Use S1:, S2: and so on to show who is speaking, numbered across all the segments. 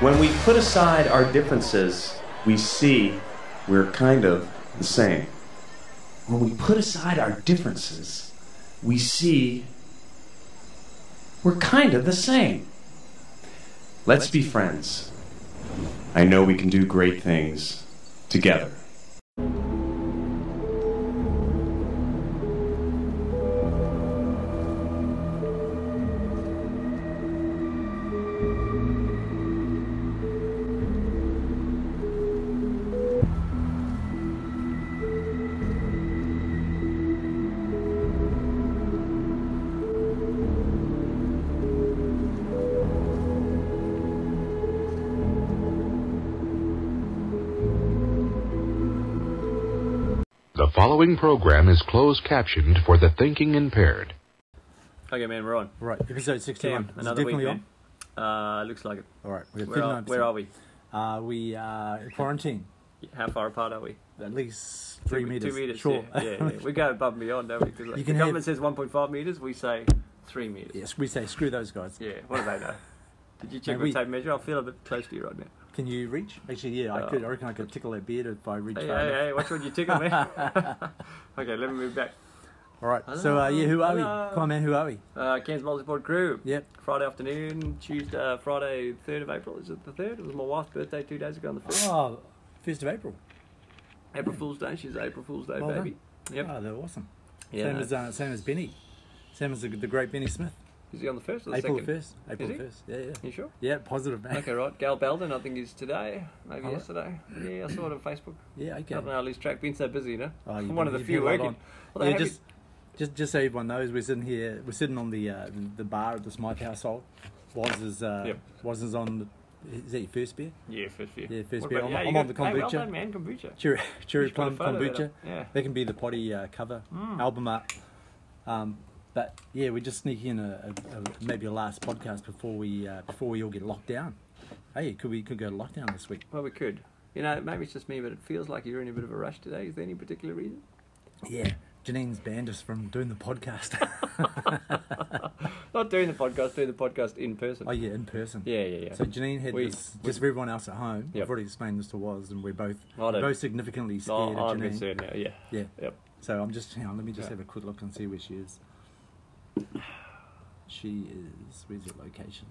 S1: When we put aside our differences, we see we're kind of the same. When we put aside our differences, we see we're kind of the same. Let's be friends. I know we can do great things together.
S2: The following program is closed captioned for the thinking impaired.
S3: Okay, man, we're on.
S4: Right, episode 61.
S3: Damn,
S4: Is it
S3: another week,
S4: definitely
S3: man. Uh, looks like it.
S4: on? All right, we're at
S3: Where are,
S4: 59%.
S3: where are we?
S4: Uh, we are in quarantine,
S3: How far apart are we?
S4: at least three
S3: Two-
S4: meters.
S3: Two meters.
S4: Sure.
S3: Yeah, yeah, yeah. We go above and beyond, don't we? 'Cause, like,
S4: You can
S3: the
S4: have-
S3: government says 1.5 meters. We say three meters.
S4: yes, we say screw those guys.
S3: Yeah. What do they know? Did you check
S4: Mate, we-
S3: the tape measure? I feel a bit close to you right now.
S4: Can you reach? Actually, yeah, I
S3: Oh.
S4: could. I reckon I could tickle their beard if I reach
S3: Hey,
S4: far
S3: hey,
S4: enough.
S3: hey, watch what you tickle, man. okay, let me move back.
S4: All right, so uh, yeah, who are
S3: Hello.
S4: we? Come on, man, who are we?
S3: Uh, Cairns Multiport Crew.
S4: Yep.
S3: Friday afternoon, Tuesday, uh, Friday, 3rd of April. Is it the 3rd? It was my wife's birthday two days ago on the 4th.
S4: Oh, 1st of April.
S3: April Fool's Day. She's April Fool's Day,
S4: Well done.
S3: baby. Yep.
S4: Oh, they're awesome.
S3: Yeah,
S4: same,
S3: no.
S4: as, uh, same as Benny. Same as the, the great Benny Smith.
S3: Is he on the 1st or the
S4: April
S3: 2nd?
S4: 1st. April
S3: he?
S4: 1st. Yeah, yeah.
S3: You sure?
S4: Yeah, positive, man.
S3: Okay, right. Gail Belden, I think, is today. Maybe
S4: All right.
S3: yesterday. Yeah, I saw it on Facebook.
S4: Yeah, okay.
S3: I don't know, I lose track. Been so busy, you know?
S4: Oh,
S3: I'm
S4: you've
S3: one of
S4: been-
S3: the
S4: you've been
S3: few
S4: right
S3: working.
S4: on.
S3: Although,
S4: yeah,
S3: have you-
S4: just, just, just so everyone knows, we're sitting here. We're sitting on the uh, the bar at the Smythe household. Was is uh,
S3: Yep.
S4: was is on. Is that your first beer?
S3: Yeah, first beer.
S4: Yeah, first
S3: What
S4: beer.
S3: about-
S4: I'm-
S3: yeah, you
S4: I'm on
S3: got-
S4: the
S3: Hey, well
S4: kombucha.
S3: done, man, kombucha.
S4: Cherry, cherry
S3: should put a
S4: plum
S3: photo of that
S4: kombucha.
S3: up, yeah. Mm.
S4: They can be the potty uh, cover album art. Um, but yeah, we're just sneaking in a, a, a maybe a last podcast before we uh, before we all get locked down. Hey, could we could go to lockdown this week?
S3: Well, we could. You know, maybe it's just me, but it feels like you're in a bit of a rush today. Is there any particular reason?
S4: Yeah, Janine's banned us from doing the podcast.
S3: Not doing the podcast, doing the podcast in person.
S4: oh yeah, in person.
S3: yeah, yeah, yeah.
S4: So Janine had
S3: We-
S4: this. Just for everyone else at home,
S3: Yep.
S4: I've already explained this to Woz, and we're both
S3: I don't-
S4: both significantly
S3: Oh,
S4: scared of
S3: I'm
S4: Janine.
S3: concerned now, yeah.
S4: Yeah.
S3: Yep.
S4: So I'm just hang on. Let me just
S3: Yeah.
S4: have a quick look and see where she is. She is. Where's your location?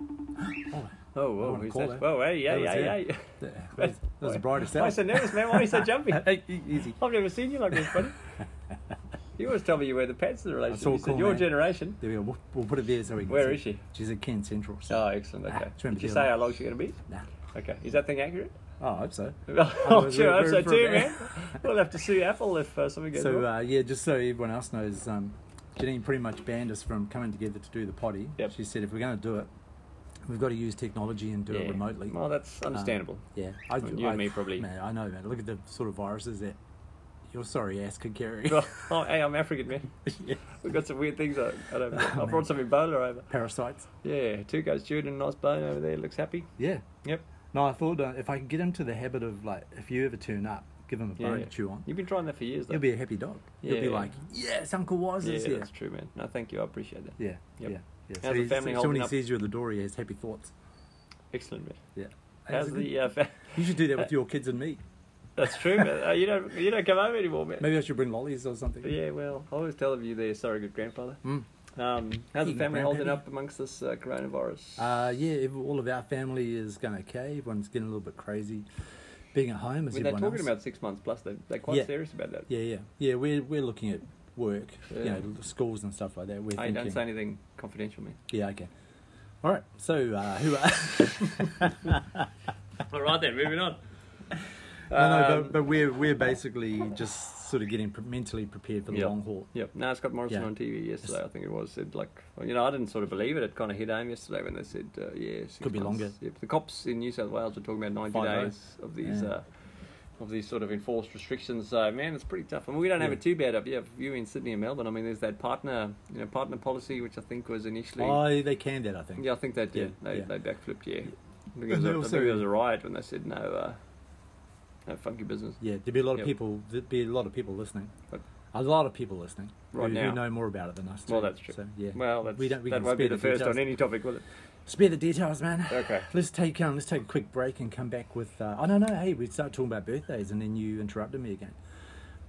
S4: Oh,
S3: Oh,
S4: I
S3: whoa,
S4: wanna
S3: who's
S4: call
S3: that?
S4: her.
S3: Whoa, hey, yeah,
S4: That was
S3: yeah,
S4: her.
S3: yeah. yeah.
S4: that that was the brightest
S3: Why are you
S4: out.
S3: so nervous, man? Why are you so jumpy?
S4: Hey, e- easy.
S3: I've never seen you like this, buddy. you always tell me you wear the pants in the
S4: That's all
S3: relationship. You said
S4: cool,
S3: your
S4: man.
S3: generation.
S4: There we go. We'll, we'll put it there so we can.
S3: Where
S4: see.
S3: is she?
S4: She's at Kent Central. So. Ah,
S3: Oh, excellent. Okay.
S4: it's
S3: Did you
S4: remedial.
S3: say how long she's going to be?
S4: Nah.
S3: Okay. Is that thing accurate?
S4: Oh, I hope so.
S3: I'm
S4: Otherwise,
S3: sure
S4: we're-
S3: I hope so
S4: we're
S3: too,
S4: in
S3: man.
S4: for
S3: We'll have to sue Apple if uh, something goes
S4: So
S3: wrong.
S4: uh, yeah, just so everyone else knows, um, Janine pretty much banned us from coming together to do the potty.
S3: Yep.
S4: She said if we're going to do it, we've got to use technology and do
S3: yeah.
S4: it remotely. Um,
S3: Well, that's understandable.
S4: Yeah, I,
S3: you and me probably.
S4: Man, I know, man. Look at the sort of viruses that your sorry ass could carry.
S3: Well, oh, hey, I'm African, man.
S4: Yeah.
S3: We've got some weird things. I, I, don't know. I
S4: man.
S3: brought some Ebola over.
S4: Parasites.
S3: Yeah, two guys chewed and a nice bone over there. Looks happy.
S4: Yeah.
S3: Yep.
S4: No, I thought uh, if I can get into the habit of like, if you ever turn up, give him a
S3: Yeah.
S4: bone to chew on.
S3: You've been trying that for years, though.
S4: He'll be a happy dog. He'll be
S3: Yeah.
S4: like, yes, Uncle Waz
S3: yeah,
S4: is here.
S3: that's true, man. No, thank you. I appreciate that.
S4: Yeah.
S3: Yep.
S4: Yeah. Yeah.
S3: How's the
S4: he-
S3: family
S4: so when
S3: holding
S4: he
S3: up?
S4: sees you at the door, he has happy thoughts.
S3: Excellent, man.
S4: Yeah.
S3: How's the? Uh, fa-
S4: You should do that with your kids and me.
S3: that's true, man. Uh, you don't you don't come home anymore, man.
S4: Maybe I should bring lollies or something.
S3: Yeah, well, I always tell you there. Sorry, good grandfather.
S4: Mm.
S3: Um, how's the
S4: Hey,
S3: family holding
S4: grandpappy.
S3: up amongst this uh, coronavirus?
S4: Uh, yeah, ev- all of our family is going okay. Everyone's getting a little bit crazy being at home.
S3: I
S4: As
S3: mean, they're
S4: everyone
S3: talking
S4: else.
S3: about six months plus. They're, they're quite
S4: Yeah.
S3: serious about that.
S4: Yeah, yeah, yeah. We're we're looking at work, you
S3: Yeah.
S4: know, the schools and stuff like that. We're
S3: I
S4: thinking.
S3: don't say anything confidential, man.
S4: Yeah, okay. All right. So uh, who are?
S3: All right then, moving on.
S4: no,
S3: Um,
S4: no, but, but we're we're basically just sort of getting pre- mentally prepared for the
S3: Yep.
S4: long haul.
S3: Yep. No, Scott Morrison
S4: Yeah.
S3: on TV yesterday, I think it was, said like, well, you know, I didn't sort of believe it. It kind of hit home yesterday when they said, uh, yeah, six
S4: Could be
S3: months.
S4: longer.
S3: Yep. The cops in New South Wales were talking about 90
S4: Five
S3: days of these.
S4: Yeah.
S3: Uh, of these sort of enforced restrictions, so man, it's pretty tough. I mean, we don't have
S4: Yeah.
S3: it too bad up here. You in Sydney and Melbourne? I mean, there's that partner, you know, partner policy, which I think was initially.
S4: Oh, they can that I think.
S3: Yeah, I think they did.
S4: Yeah,
S3: they,
S4: yeah.
S3: they backflipped, yeah. I
S4: And
S3: think, it was a,
S4: they
S3: I
S4: also-
S3: think there was a riot when they said no, uh, no funky business.
S4: Yeah, there'd be a lot of
S3: Yep.
S4: people. There'd be a lot of people listening.
S3: But-
S4: A lot of people listening
S3: Right
S4: who,
S3: now.
S4: who know more about it than us.
S3: Well,
S4: too.
S3: that's true.
S4: So, yeah.
S3: Well, that's,
S4: we don't. We
S3: that
S4: can
S3: won't be
S4: spare
S3: the first
S4: details.
S3: on any topic, will it?
S4: Spare the details, man.
S5: Okay.
S4: Let's take um, let's take a quick break and come back with. Uh, I don't know. Hey, we start talking about birthdays, and then you interrupted me again.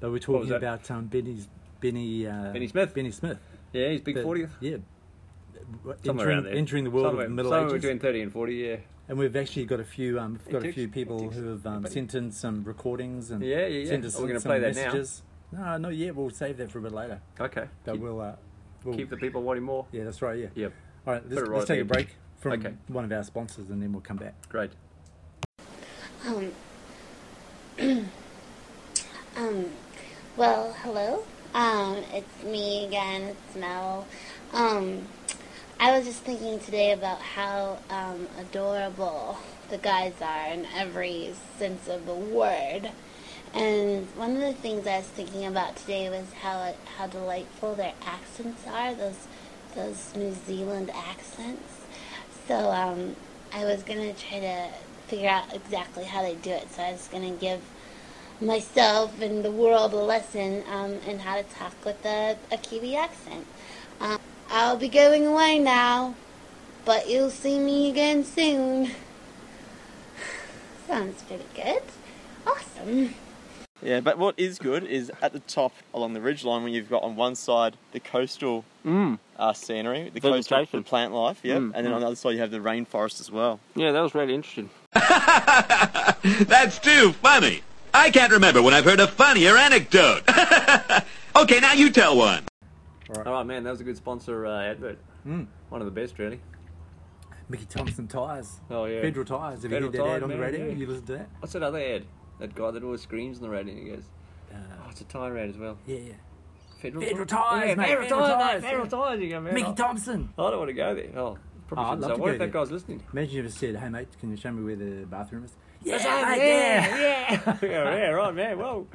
S4: But we're
S5: was
S4: talking
S5: that?
S4: about um, Benny's Benny uh,
S3: Benny Smith.
S4: Benny Smith.
S3: Yeah, he's big
S4: The-
S3: fortieth.
S4: Yeah.
S3: Somewhere
S4: entering,
S3: around there.
S4: entering the world
S3: somewhere,
S4: of the Middle
S3: somewhere
S4: Ages,
S3: between thirty and forty. Yeah.
S4: and we've actually got a few um, we've got a
S3: Antiques?
S4: few people
S3: Antiques.
S4: who have um, sent in some recordings and
S3: Yeah, yeah, yeah.
S4: sent Um,
S3: Are
S4: us
S3: we gonna
S4: some
S3: play that now?
S4: messages. No, no, yeah, we'll save that for a bit later.
S3: Okay.
S4: But
S3: Keep,
S4: we'll, uh, we'll
S3: keep the people wanting more.
S4: yeah, that's right. Yeah.
S3: Yep.
S4: All right, let's,
S3: it
S4: let's
S3: right
S4: take a
S3: there.
S4: break from
S3: Okay.
S4: one of our sponsors, and then we'll come back.
S3: Great.
S6: Um, um, well, hello. Um, it's me again. It's Mel. Um, I was just thinking today about how um, adorable the guys are in every sense of the word. And one of the things I was thinking about today was how how delightful their accents are. Those those New Zealand accents. So um, I was gonna try to figure out exactly how they do it. So I was gonna give myself and the world a lesson um, in how to talk with a, a Kiwi accent. Um, I'll be going away now, but you'll see me again soon. Sounds pretty good. Awesome.
S5: Yeah, but what is good is at the top along the ridge line when you've got on one side the coastal
S3: Mm.
S5: uh, scenery, the coastal
S3: Vegetation.
S5: the plant life, yeah,
S3: Mm,
S5: and then on the other side you have the rainforest as well.
S3: Yeah, that was really interesting.
S7: That's too funny. I can't remember when I've heard a funnier anecdote. okay, now you tell one.
S3: All right, man, that was a good sponsor uh, advert.
S4: Mm.
S3: One of the best, really.
S4: Mickey Thompson tires.
S3: Oh yeah.
S4: Federal tires. Have
S3: Federal
S4: you heard that
S3: Tire,
S4: ad on the
S3: man,
S4: radio?
S3: yeah.
S4: You listen to that?
S3: What's that other ad? That guy that always screams on the radio and he goes,
S4: Uh,
S3: "Oh, it's a tire ad as well."
S4: yeah, yeah.
S3: Federal,
S4: Federal tires,
S3: yeah,
S4: mate,
S3: Federal,
S4: Federal
S3: tires,
S4: tires,
S3: mate, Federal
S4: yeah.
S3: tires. You go, man.
S4: Mickey
S3: I-
S4: Thompson.
S3: I don't want to go there. Oh,
S4: Oh, I'd
S3: probably shouldn't
S4: love
S3: say.
S4: to
S3: What
S4: go
S3: if
S4: there.
S3: that guy's listening?
S4: Imagine if it said, "Hey mate, can you show me where the bathroom is?" Yeah,
S3: Yeah,
S4: mate,
S3: yeah, yeah, yeah, right, man. Whoa,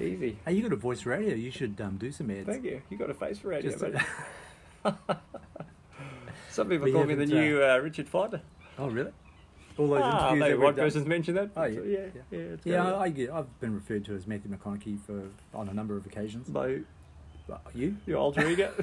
S3: easy.
S4: Hey, you got a voice radio. You should um, do some ads.
S3: Thank you. You got a face for radio.
S4: Just-
S3: mate. Some people
S4: We
S3: call me the
S4: haven't,
S3: new uh, Richard Fighter.
S4: oh really? All those
S3: Ah,
S4: interviews
S3: maybe
S4: that
S3: one
S4: we've done.
S3: person's mentioned that.
S4: Oh,
S3: yeah,
S4: yeah,
S3: yeah,
S4: yeah.
S3: yeah. it's
S4: Yeah,
S3: got
S4: I, I get, I've been referred to as Matthew McConaughey for on a number of occasions.
S3: it. by
S4: But you?
S3: your alter ego.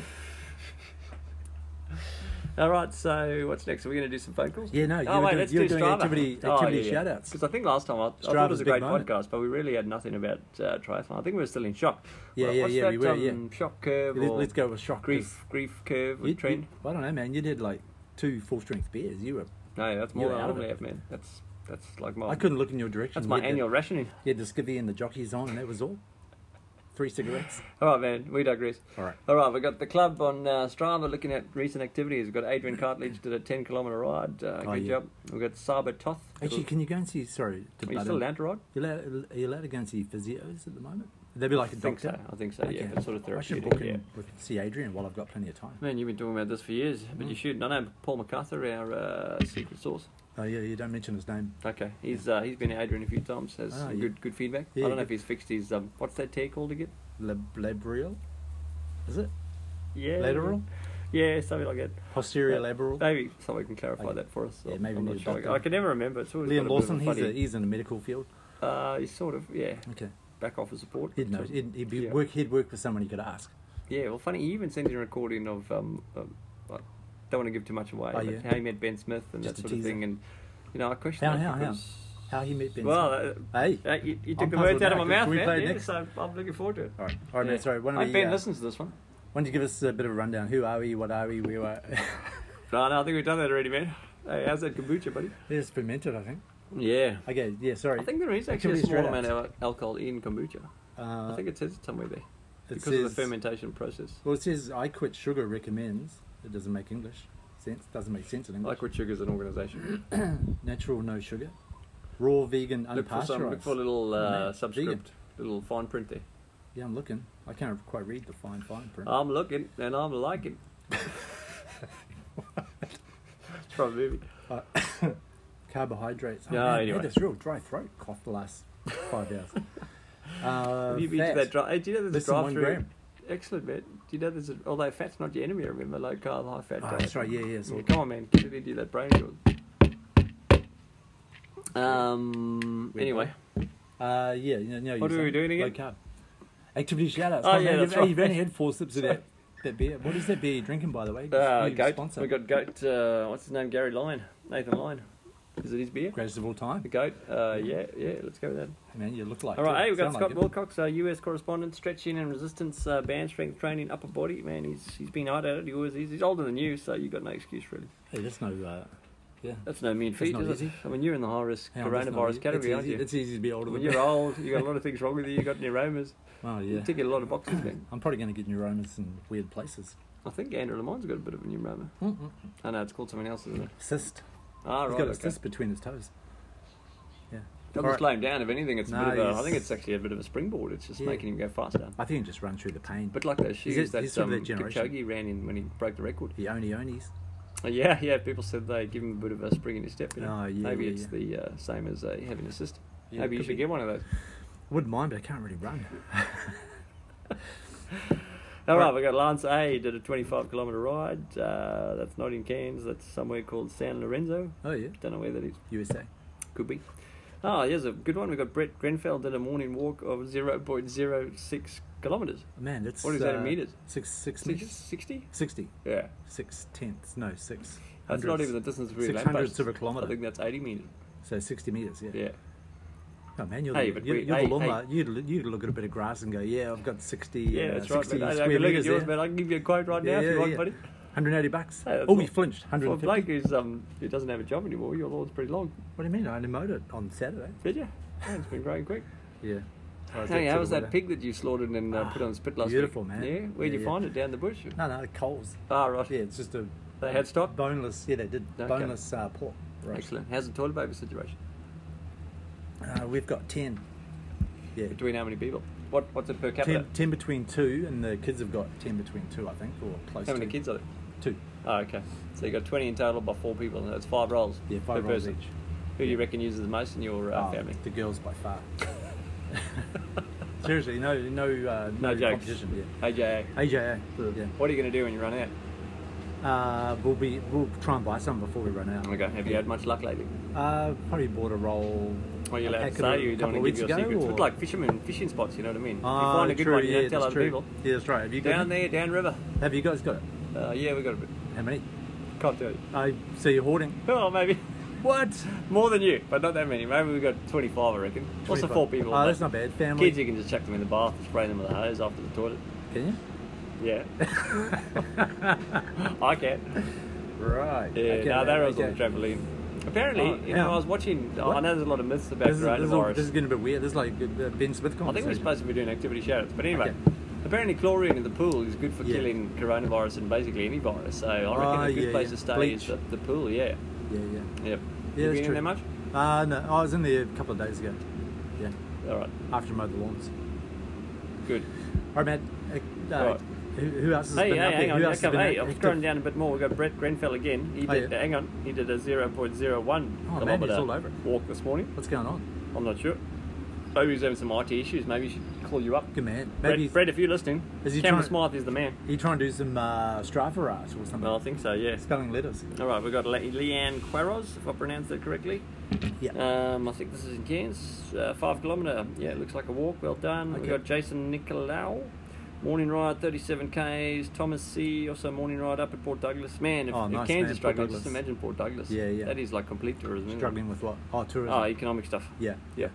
S3: All right, so what's next? Are we going to do some phone calls?
S4: Yeah, no.
S3: oh,
S4: you were
S3: wait,
S4: doing,
S3: let's
S4: you were
S3: do
S4: doing
S3: Strava.
S4: activity,
S3: oh,
S4: activity
S3: yeah,
S4: shout
S3: Because I think last time I, I thought it
S4: Strava's
S3: was a
S4: a big
S3: great
S4: moment.
S3: podcast, but we really had nothing about uh, triathlon. I think we were still in shock.
S4: Yeah,
S3: What-
S4: yeah,
S3: what's
S4: yeah,
S3: That,
S4: we were,
S3: Um, shock curve.
S4: Let,
S3: or
S4: us go with shock. 'cause
S3: Grief, grief curve
S4: you-
S3: with trend.
S4: you- I don't know, man. You did like two full strength beers. You were.
S3: No, that's more
S4: were
S3: than I
S4: out of
S3: normally
S4: it.
S3: have, man. That's that's like my.
S4: I couldn't look in your direction.
S3: That's my
S4: You had the-
S3: annual rationing.
S4: You had the skivvy and the jockeys on, and that was all. Three cigarettes.
S3: All right, man. We digress.
S4: All right.
S3: All right. We've got the club on uh, Strava looking at recent activities. We've got Adrian Cartledge did a 10 kilometre ride. Uh,
S4: Oh,
S3: good
S4: yeah.
S3: job. We've got Sabatoth. Toth.
S4: Actually, can you go and see? Sorry, to
S3: Are you
S4: butt
S3: still
S4: in.
S3: allowed to ride?
S4: You're allowed, are you allowed to go and see physios at the moment? They'd be like a
S3: I think so.
S4: doctor.
S3: I think so. Yeah,
S4: Okay.
S3: it's sort of
S4: I should
S3: therapeutic.
S4: book in
S3: yeah.
S4: with see Adrian while I've got plenty of time.
S3: Man, you've been talking about this for years, but
S4: Mm.
S3: you shouldn't. I know Paul MacArthur, our uh, secret source.
S4: Oh yeah, you don't mention his name.
S3: Okay, he's uh, he's been to Adrian a few times. Has
S4: Ah,
S3: some
S4: yeah.
S3: good good feedback.
S4: Yeah,
S3: I don't know
S4: yeah.
S3: if he's fixed his um, what's that tear called again?
S4: Lab- labrial, is it?
S3: Yeah,
S4: Lateral,
S3: Yeah, something like that.
S4: posterior
S3: Yeah.
S4: lateral.
S3: Maybe someone can clarify
S4: Okay.
S3: that for us.
S4: Yeah,
S3: I'm-
S4: maybe
S3: I'm
S4: we
S3: not
S4: need a
S3: sure.
S4: doctor.
S3: I can never remember. It's always
S4: Liam
S3: got a bit of
S4: Lawson,
S3: a
S4: he's, a,
S3: funny-
S4: he's in the medical field.
S3: Uh, he's sort of yeah,
S4: Okay,
S3: back office support.
S4: he'd know.
S3: So-
S4: He'd, he'd be
S3: yeah.
S4: work. He'd work with someone he could ask.
S3: Yeah, well, funny. He even sent in a recording of um, um I don't want to give too much away,
S4: Oh,
S3: but
S4: yeah.
S3: how he met Ben Smith and
S4: Just
S3: that
S4: a
S3: sort of
S4: teaser.
S3: thing. And you know, I questioned
S4: How-
S3: that
S4: how- how?
S3: because
S4: How he met Ben.
S3: well,
S4: Smith.
S3: uh,
S4: hey,
S3: uh, you, you took
S4: I'm
S3: the words
S4: puzzled
S3: out of
S4: now,
S3: my
S4: 'cause
S3: mouth,
S4: we
S3: man.
S4: played
S3: Yeah,
S4: next.
S3: so I'm looking forward to it.
S4: all right, all right,
S3: Yeah.
S4: man. Sorry, why
S3: Hey,
S4: don't, we,
S3: Ben
S4: uh,
S3: listens to this one.
S4: why don't you give us a bit of a rundown? Who are we? What are we? Where are?
S3: No, no, I think we've done that already, man. Hey, how's that kombucha, buddy?
S4: it's fermented, I think.
S3: Yeah.
S4: Okay, yeah. Sorry.
S3: I think there is actually a
S4: Activities
S3: small
S4: right
S3: amount
S4: out.
S3: of alcohol in kombucha.
S4: uh,
S3: I think it says it somewhere there
S4: it
S3: because of the
S4: says-
S3: fermentation process.
S4: Well, it says I quit sugar recommends. It doesn't make English sense. Doesn't make sense in English.
S3: Like with sugars an organisation.
S4: Natural, no sugar. Raw, vegan,
S3: look for some. Look for a
S4: unpasteurized.
S3: little uh,
S4: Man,
S3: subscript, little fine print there. Uh,
S4: Yeah, I'm looking. I can't quite read the fine fine print.
S3: I'm looking and I'm liking. it's from a movie.
S4: Uh, carbohydrates. Oh,
S3: Yeah,
S4: man, I
S3: anyway.
S4: had this real dry throat cough the last five hours. Uh,
S3: Have you been to
S4: fat.
S3: that drive? Hey, do you know
S4: Less
S3: there's a
S4: than one
S3: drive-through?
S4: gram.
S3: Excellent, man. Do you know there's a, although fat's not your enemy, remember, low carb, high fat.
S4: Oh,
S3: diet.
S4: that's right. Yeah, yeah. So
S3: Yeah, come on, man. Get it into that brain. of yours. Um.
S4: Weird
S3: Anyway,
S4: Uh, yeah, you know, you know,
S3: What
S4: you
S3: are we
S4: said
S3: doing
S4: low
S3: again?
S4: carb. Activity shout outs.
S3: Oh, yeah,
S4: you've,
S3: that's right.
S4: you've only had four sips of that that beer. What is that beer you're drinking, by the way?
S3: Uh,
S4: Your
S3: goat.
S4: sponsor.
S3: We got goat. Uh, what's his name? Gary Lyon. Nathan Lyon. Is it his beer?
S4: greatest of all time.
S3: The goat. Uh, yeah, yeah. Let's go with that.
S4: Man, you look like.
S3: All right,
S4: it.
S3: hey, we've got
S4: Sound
S3: Scott
S4: like it.
S3: Wilcox, our US correspondent, stretching and resistance, uh, band strength training, upper body. Man, he's he's been hard at it. He always is. He's older than you, so you've got no excuse really.
S4: Hey, that's no. Uh, yeah.
S3: That's no mean feat,
S4: not
S3: is
S4: easy.
S3: it? I mean, you're in the high risk
S4: Hang on, that's not
S3: coronavirus
S4: easy.
S3: category,
S4: it's
S3: aren't
S4: easy,
S3: you?
S4: It's easy to be older
S3: When
S4: than
S3: you're old, you've got a lot of things wrong with you. You've got neuromas.
S4: Oh
S3: You
S4: yeah.
S3: tick a lot of boxes, man.
S4: I'm probably going to get neuromas in weird places.
S3: I think Andrew Lamont's got a bit of a neuroma.
S4: Mm-mm.
S3: I know it's called something else, isn't it?
S4: Cyst.
S3: Ah,
S4: He's
S3: right.
S4: got a
S3: Okay.
S4: cyst between his toes.
S3: Not to slow him down. If anything, it's a
S4: No,
S3: bit of a. I
S4: he's-
S3: think it's actually a bit of a springboard. It's just
S4: Yeah.
S3: making him go faster.
S4: I think he just run through the pain.
S3: But like those
S4: He's-
S3: shoes that
S4: he's
S3: um,
S4: from that generation.
S3: Kipchoge ran in when he broke the record. Uh,
S4: the oni onis.
S3: Yeah, yeah. People said they give him a bit of a spring in his step. You know?
S4: Oh, yeah,
S3: Maybe
S4: yeah,
S3: it's
S4: yeah.
S3: the uh, same as uh, having a cyst.
S4: Yeah,
S3: Maybe you
S4: could
S3: should
S4: be.
S3: get one of those.
S4: Wouldn't mind, but I can't really run.
S3: All right, we've got Lance A did a 25 kilometre ride. Uh, that's not in Cairns. That's somewhere called San Lorenzo.
S4: Oh yeah,
S3: Don't know where that is.
S4: USA.
S3: Could be. Oh, here's a good one. We've got Brett Grenfell did a morning walk of 0.06 kilometres.
S4: Man, that's
S3: What is that in
S4: uh,
S3: meters?
S4: Six six
S3: Six-
S4: meters.
S3: 60?
S4: Sixty.
S3: Yeah.
S4: Six tenths. No, six.
S3: That's not
S4: hundredths.
S3: even the distance between
S4: Six
S3: lampposts.
S4: hundredths of a
S3: I
S4: kilometre.
S3: think that's 80 metres.
S4: So sixty meters. Yeah.
S3: Yeah.
S4: Oh man, you're,
S3: Hey,
S4: the,
S3: but
S4: you're,
S3: we-
S4: you're
S3: hey,
S4: the lawnmower. You'd, l- you'd look at a bit of grass and go, yeah, I've got 60,
S3: Yeah,
S4: uh,
S3: that's right.
S4: 60
S3: Man. I, I
S4: square
S3: can look at
S4: meters
S3: yours,
S4: there.
S3: man. I can give you a quote right now
S4: Yeah,
S3: if you
S4: yeah,
S3: want,
S4: yeah.
S3: buddy.
S4: 180 bucks.
S3: Hey, that's
S4: oh, we
S3: all-
S4: flinched.
S3: Well,
S4: 150.
S3: Blake is um, he doesn't have a job anymore. Your lawn's pretty long.
S4: What do you mean? I only mowed it on Saturday.
S3: Did you? Man, it's been growing quick.
S4: Yeah. Oh,
S3: Hey,
S4: that's
S3: how
S4: all
S3: was
S4: the
S3: that
S4: weather. Ah,
S3: pig that you slaughtered and uh, put on the spit last
S4: beautiful,
S3: week?
S4: man.
S3: Yeah, where'd
S4: Yeah,
S3: you
S4: yeah.
S3: find it? Down the bush?
S4: No, no, coals.
S3: Ah, right.
S4: Yeah, it's just a
S3: They had stock?
S4: boneless. Yeah, they did
S3: Okay.
S4: boneless uh, pork. roast.
S3: Excellent. How's the toilet paper situation?
S4: Uh, we've got 10. Yeah,
S3: Between how many people? What What's it per capita?
S4: 10, 10 between two, and the kids have got 10 between two, I think, or close
S3: How
S4: to.
S3: many kids are there?
S4: Two.
S3: Oh, okay. So you got 20 in total by four people, and that's five rolls
S4: Yeah, five
S3: per
S4: rolls
S3: person.
S4: each.
S3: Who do you reckon uses the most in your uh,
S4: Oh,
S3: family?
S4: The girls by far. Seriously, no, no, uh,
S3: No jokes.
S4: competition. Yeah.
S3: AJ,
S4: AJA. Yeah.
S3: what are you going to do when you run out?
S4: Uh, we'll be we'll try and buy some before we run out.
S3: Okay. Have you had much luck lately?
S4: Uh, probably bought a roll.
S3: Well, you're
S4: a
S3: allowed
S4: pack
S3: to
S4: of
S3: say
S4: it a
S3: you don't
S4: couple
S3: want to
S4: weeks
S3: give
S4: ago,
S3: your secrets.
S4: or-
S3: It's like fishermen, fishing spots, you know what I mean?
S4: Ah,
S3: you find a good
S4: true,
S3: one, you
S4: yeah,
S3: don't tell
S4: that's
S3: other
S4: true.
S3: people.
S4: Yeah, that's right. Have you got
S3: Down
S4: any-
S3: there, down river.
S4: Have you guys got it?
S3: Uh, yeah, we got a bit.
S4: How many?
S3: Can't tell you.
S4: I so you're hoarding.
S3: Oh, maybe.
S4: What?
S3: More than you, but not that many. Maybe we've got 25, I reckon. What's the
S4: 25?
S3: four people?
S4: Oh,
S3: mate?
S4: that's not bad. Family.
S3: Kids, you can just chuck them in the bath and spray them with a hose after the toilet.
S4: Can you?
S3: Yeah. I can.
S4: Right.
S3: Yeah,
S4: okay,
S3: no,
S4: mate,
S3: that was on
S4: okay.
S3: the trampoline. Apparently,
S4: Oh,
S3: you know,
S4: yeah.
S3: I was watching. I
S4: What?
S3: know there's a lot of myths about
S4: This is, this, is all,
S3: coronavirus.
S4: this is getting a bit weird. This is like uh, Ben Smith
S3: I think
S4: conversation.
S3: we're supposed to be doing activity shoutouts, but anyway.
S4: Okay.
S3: Apparently, chlorine in the pool is good for
S4: Yeah.
S3: killing coronavirus and basically any virus. So I reckon
S4: Ah,
S3: a good
S4: yeah,
S3: place
S4: yeah.
S3: to stay is the,
S4: Bleach.
S3: the pool. Yeah.
S4: Yeah, yeah.
S3: Yep.
S4: Yeah,
S3: you
S4: that's
S3: been in
S4: true.
S3: there much?
S4: Uh, no, I was in there a couple of days ago. Yeah,
S3: All right.
S4: after I mowed the lawns.
S3: Good.
S4: All right, Matt. Uh, uh,
S3: Right.
S4: Who, who else has
S3: Hey, hey,
S4: been up
S3: hang
S4: there?
S3: on.
S4: Who
S3: yeah,
S4: else has
S3: come-
S4: been
S3: hey,
S4: up-
S3: I'm
S4: active?
S3: scrolling down a bit more. We've got Brett Grenfell again. He
S4: Oh,
S3: did.
S4: yeah.
S3: Hang on. He did a 0.01
S4: Oh, man, he's all over
S3: kilometer
S4: it.
S3: walk this morning.
S4: What's going on?
S3: I'm not sure. Maybe he's having some IT issues. Maybe he should call you up.
S4: Good man.
S3: Brett,
S4: Maybe
S3: Brett, if you're listening,
S4: Is he
S3: Cameron
S4: trying-
S3: Smythe is the man.
S4: he trying to do some uh, Strava art or something.
S3: Well, I think so. Yeah.
S4: Spelling letters.
S3: All right. We've got Le- Leanne Queros, if I pronounced that correctly.
S4: Yeah.
S3: Um, I think this is in Cairns. Uh, five kilometre. Yeah, it looks like a walk. Well done. We've
S4: Okay.
S3: got Jason Nicolau. Morning ride, 37 Ks. Thomas C. Also morning ride up at Port Douglas. Man, if,
S4: Oh,
S3: if
S4: nice,
S3: Cairns
S4: man, Port
S3: is struggling, just
S4: Douglas.
S3: imagine Port Douglas.
S4: Yeah, yeah.
S3: That is like complete tourism. isn't it?
S4: Struggling with what? Oh, tourism.
S3: Oh, economic stuff.
S4: yeah.
S3: Yeah.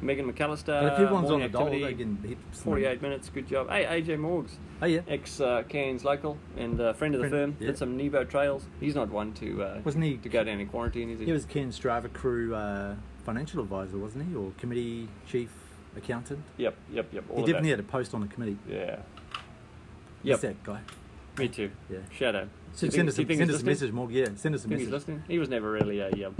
S3: Megan McAllister.
S4: But if everyone's on a
S3: Uh, morning
S4: dole,
S3: activity,
S4: they can heaps.
S3: 48 minutes. Good job. Hey, AJ Morgs.
S4: Oh yeah.
S3: Ex uh, Cairns local and uh, friend of the
S4: Friend-
S3: firm,
S4: yeah.
S3: did some Nebo trails. He's not one to uh,
S4: Wasn't he-
S3: to go down in quarantine, is he?
S4: He was Ken Strava crew uh, financial advisor, wasn't he, or committee chief accountant?
S3: Yep, yep, yep. All
S4: he
S3: of
S4: definitely
S3: that.
S4: had a post on the committee.
S3: Yeah.
S4: He's
S3: Yep.
S4: that guy.
S3: Me too.
S4: Yeah.
S3: Shadow.
S4: So send us, a, send us a message, Morg. Yeah, send us a
S3: Think he's
S4: message.
S3: listening? He was never really a. Um,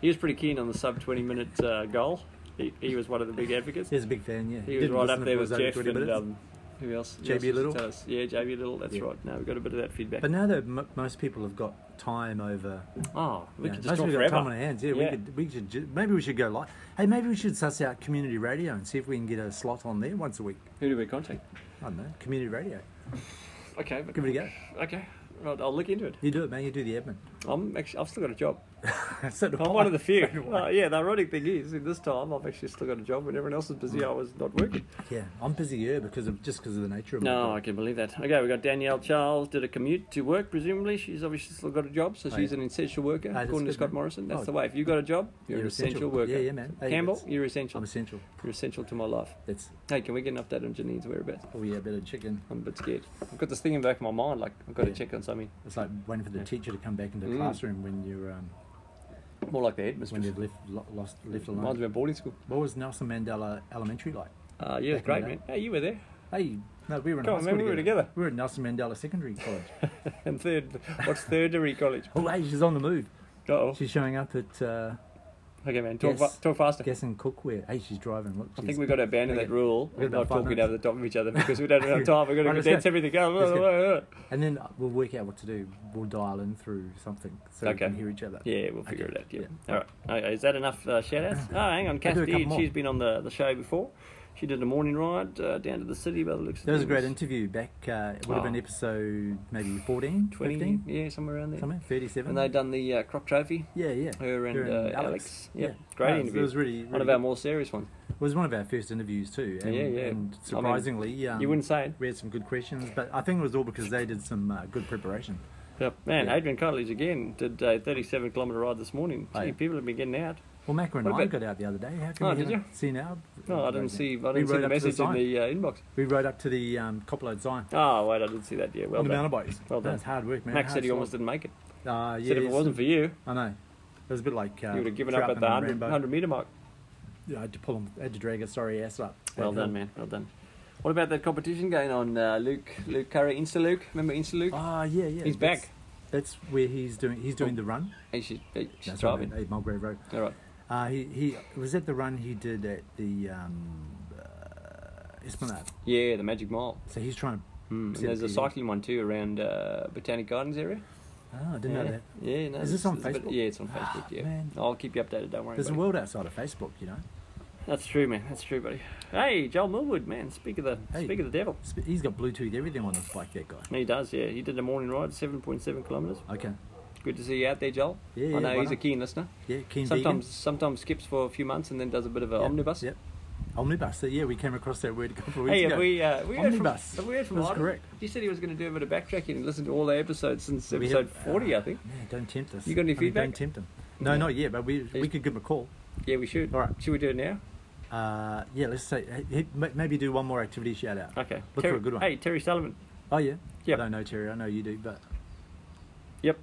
S3: he was pretty keen on the sub 20 minute uh, goal. He, he was one of the big advocates.
S4: He's a big fan. Yeah,
S3: He was
S4: Did
S3: right
S4: listen
S3: up there
S4: for his
S3: with
S4: over
S3: Jeff
S4: 20
S3: and
S4: minutes.
S3: um, who else? Who
S4: JB
S3: else used to
S4: Little?
S3: tell us? Yeah, JB Little. That's
S4: Yeah.
S3: right. No, we got a bit of that feedback.
S4: But now that m- most people have got time over,
S3: oh, we
S4: you know, most
S3: could just talk
S4: people
S3: forever.
S4: got time on their hands. Yeah, we
S3: Yeah.
S4: could. We should. ju- Maybe we should go live. Hey, maybe we should suss out community radio and see if we can get a slot on there once a week.
S3: Who do we contact?
S4: I don't know, community radio.
S3: Okay, but
S4: Give it a go.
S3: Okay, right. I'll look into it.
S4: You do it, man. You do the admin.
S3: I'm actually. I've still got a job.
S4: so do
S3: I'm
S4: I.
S3: one of the few. Uh, yeah, the ironic thing is, in this time, I've actually still got a job. When everyone else is busy, I was not working.
S4: Yeah, I'm busy here because of just because of the nature of my
S3: No,
S4: job.
S3: I can believe that. Okay, we got Danielle Charles did a commute to work. Presumably, she's obviously still got a job, so she's
S4: Oh, yeah.
S3: an essential worker.
S4: that's
S3: According to
S4: good,
S3: Scott
S4: man.
S3: Morrison, that's
S4: Oh.
S3: the way. If you got a job, you're, an
S4: You're
S3: essential,
S4: essential.
S3: worker.
S4: Yeah, yeah, man. Hey,
S3: Campbell,
S4: that's-
S3: you're essential.
S4: I'm essential.
S3: You're essential to my life.
S4: That's
S3: Hey, can we get an update on Janine's whereabouts?
S4: oh yeah, better chicken.
S3: I'm a bit scared. I've got this thing in the back of my mind, like I've got to
S4: Yeah.
S3: check on something.
S4: It's like waiting for the teacher to come back into the
S3: Mm.
S4: classroom when you're um,
S3: More like the
S4: when
S3: headmistress.
S4: you've left lo- lost left
S3: Reminds me
S4: alone.
S3: of boarding school.
S4: What was Nelson Mandela Elementary like?
S3: Uh, yeah, it's
S4: Back in
S3: great,
S4: the
S3: man.
S4: day.
S3: Hey, you were there.
S4: Hey, no, we were in
S3: Come
S4: high
S3: on,
S4: school
S3: man, we were together.
S4: We were at Nelson Mandela Secondary College.
S3: And third, what's third degree college?
S4: oh, hey, she's on the move.
S3: Uh-oh.
S4: She's showing up at uh,
S3: Okay, man, talk,
S4: Yes.
S3: fa- talk faster.
S4: Guess and Cookware. Hey, she's driving. Look,
S3: I
S4: she's-
S3: think we've got to abandon
S4: Okay.
S3: that rule
S4: We've
S3: of
S4: got about five
S3: not talking
S4: minutes.
S3: over the top of each other because we don't have time. We've got to
S4: Right, let's
S3: condense
S4: go.
S3: everything. up.
S4: Let's go. And then we'll work out what to do. We'll dial in through something so
S3: Okay.
S4: we can hear each other.
S3: Yeah, we'll figure it out. Yeah.
S4: yeah.
S3: All right. Okay, is that enough uh, shout outs? Oh, hang on.
S4: do a
S3: Kathy,
S4: couple more.
S3: she's been on the, the show before. She did a morning ride uh, down to the city by the looks of
S4: That was a
S3: things.
S4: great interview back, uh, it would have been
S3: Oh.
S4: episode maybe 14,
S3: 20,
S4: 15,
S3: yeah, somewhere around there.
S4: something, 37.
S3: And they done the uh, Croc Trophy.
S4: yeah, yeah.
S3: Her and,
S4: Her
S3: uh, Alex. Yeah, great
S4: No, it was-
S3: interview.
S4: It was really, really
S3: One of our more serious ones.
S4: it was one of our first interviews too. And,
S3: Yeah, yeah.
S4: And
S3: I mean,
S4: surprisingly, um,
S3: you wouldn't say it.
S4: We had some good questions, but I think it was all because they did some uh, good preparation.
S3: Yep. Man,
S4: Yeah.
S3: Adrian College again did a 37 kilometre ride this morning.
S4: Oh,
S3: Gee,
S4: yeah.
S3: people have been getting out.
S4: Well, Macra and
S3: What
S4: I
S3: about-
S4: got out the other day. How
S3: Oh,
S4: come we
S3: did
S4: haven't seen our?
S3: No, Oh, I didn't see.
S4: We
S3: I didn't see
S4: rode
S3: the
S4: up to
S3: message in
S4: sign.
S3: the uh, inbox.
S4: We rode up to the um, Copload sign
S3: Oh wait, I did see that. Yeah, well
S4: on the
S3: done.
S4: mountain bikes.
S3: Well done.
S4: That's hard work, man.
S3: Max
S4: hard
S3: said he
S4: slog.
S3: almost didn't make it.
S4: Uh,
S3: Said if it
S4: yes.
S3: wasn't for you,
S4: I know. It was a bit like uh,
S3: you would have given
S4: Troutman
S3: up at the
S4: and
S3: 100,
S4: Rambo.
S3: 100 metre mark.
S4: Yeah, I had to pull him. I had to drag his sorry ass up.
S3: Well
S4: That
S3: done,
S4: hill.
S3: man. Well done. What about that competition going on, uh, Luke? Luke Curry, Insta Luke. Remember Insta Luke?
S4: Ah, yeah, yeah.
S3: He's
S4: that's-
S3: back.
S4: That's where he's doing. He's doing the run.
S3: Hey, she's, hey, she's
S4: That's
S3: driving.
S4: right, man, at Mulgrave Road.
S3: All right.
S4: Uh, he he was at the run he did at the um, uh, Esplanade.
S3: Yeah, the Magic Mile.
S4: So he's trying to.
S3: Mm. And
S4: set
S3: there's a
S4: the-
S3: cycling one too around uh, Botanic Gardens area.
S4: Oh, I didn't
S3: yeah.
S4: know that.
S3: Yeah, no.
S4: Is this
S3: it's-
S4: on
S3: it's a bit-
S4: Facebook?
S3: yeah, it's on Facebook.
S4: Ah,
S3: Yeah,
S4: man.
S3: I'll keep you updated. Don't worry.
S4: There's a
S3: buddy.
S4: world outside of Facebook, you know.
S3: That's true, man. That's true, buddy. Hey, Joel Millwood, man. Speak of the
S4: Hey.
S3: speak of the devil.
S4: Sp- He's got Bluetooth everything on his bike. That guy.
S3: He does. Yeah, he did a morning ride, 7.7 kilometres.
S4: Okay.
S3: Good to see you out there, Joel.
S4: Yeah,
S3: I
S4: yeah,
S3: know
S4: why
S3: he's a
S4: not?
S3: keen listener.
S4: Yeah, Ken
S3: Sometimes sometimes skips for a few months and then does a bit of an
S4: Vegan.
S3: omnibus.
S4: Yep. Omnibus. So yeah, we came across that word a couple of weeks
S3: Hey,
S4: ago.
S3: have we, uh, we heard from,
S4: Omnibus.
S3: have we heard from
S4: That's
S3: Ivan?
S4: correct.
S3: He said he was going to do a bit of backtracking and listen to all the episodes since
S4: We
S3: episode
S4: have- uh,
S3: 40, I think.
S4: Man, don't tempt us.
S3: You got any
S4: I mean,
S3: feedback?
S4: don't tempt him. No,
S3: No.
S4: not yet. But we we
S3: He's-
S4: could give him a call.
S3: Yeah, we should.
S4: All right.
S3: Should we do it now?
S4: Uh, yeah, let's say hey, hey, ma- maybe do one more activity shout out.
S3: Okay.
S4: Look
S3: Terry,
S4: for a good one.
S3: Hey, Terry Sullivan.
S4: Oh yeah.
S3: Yep.
S4: I don't know Terry. I know you do, but
S3: Yep.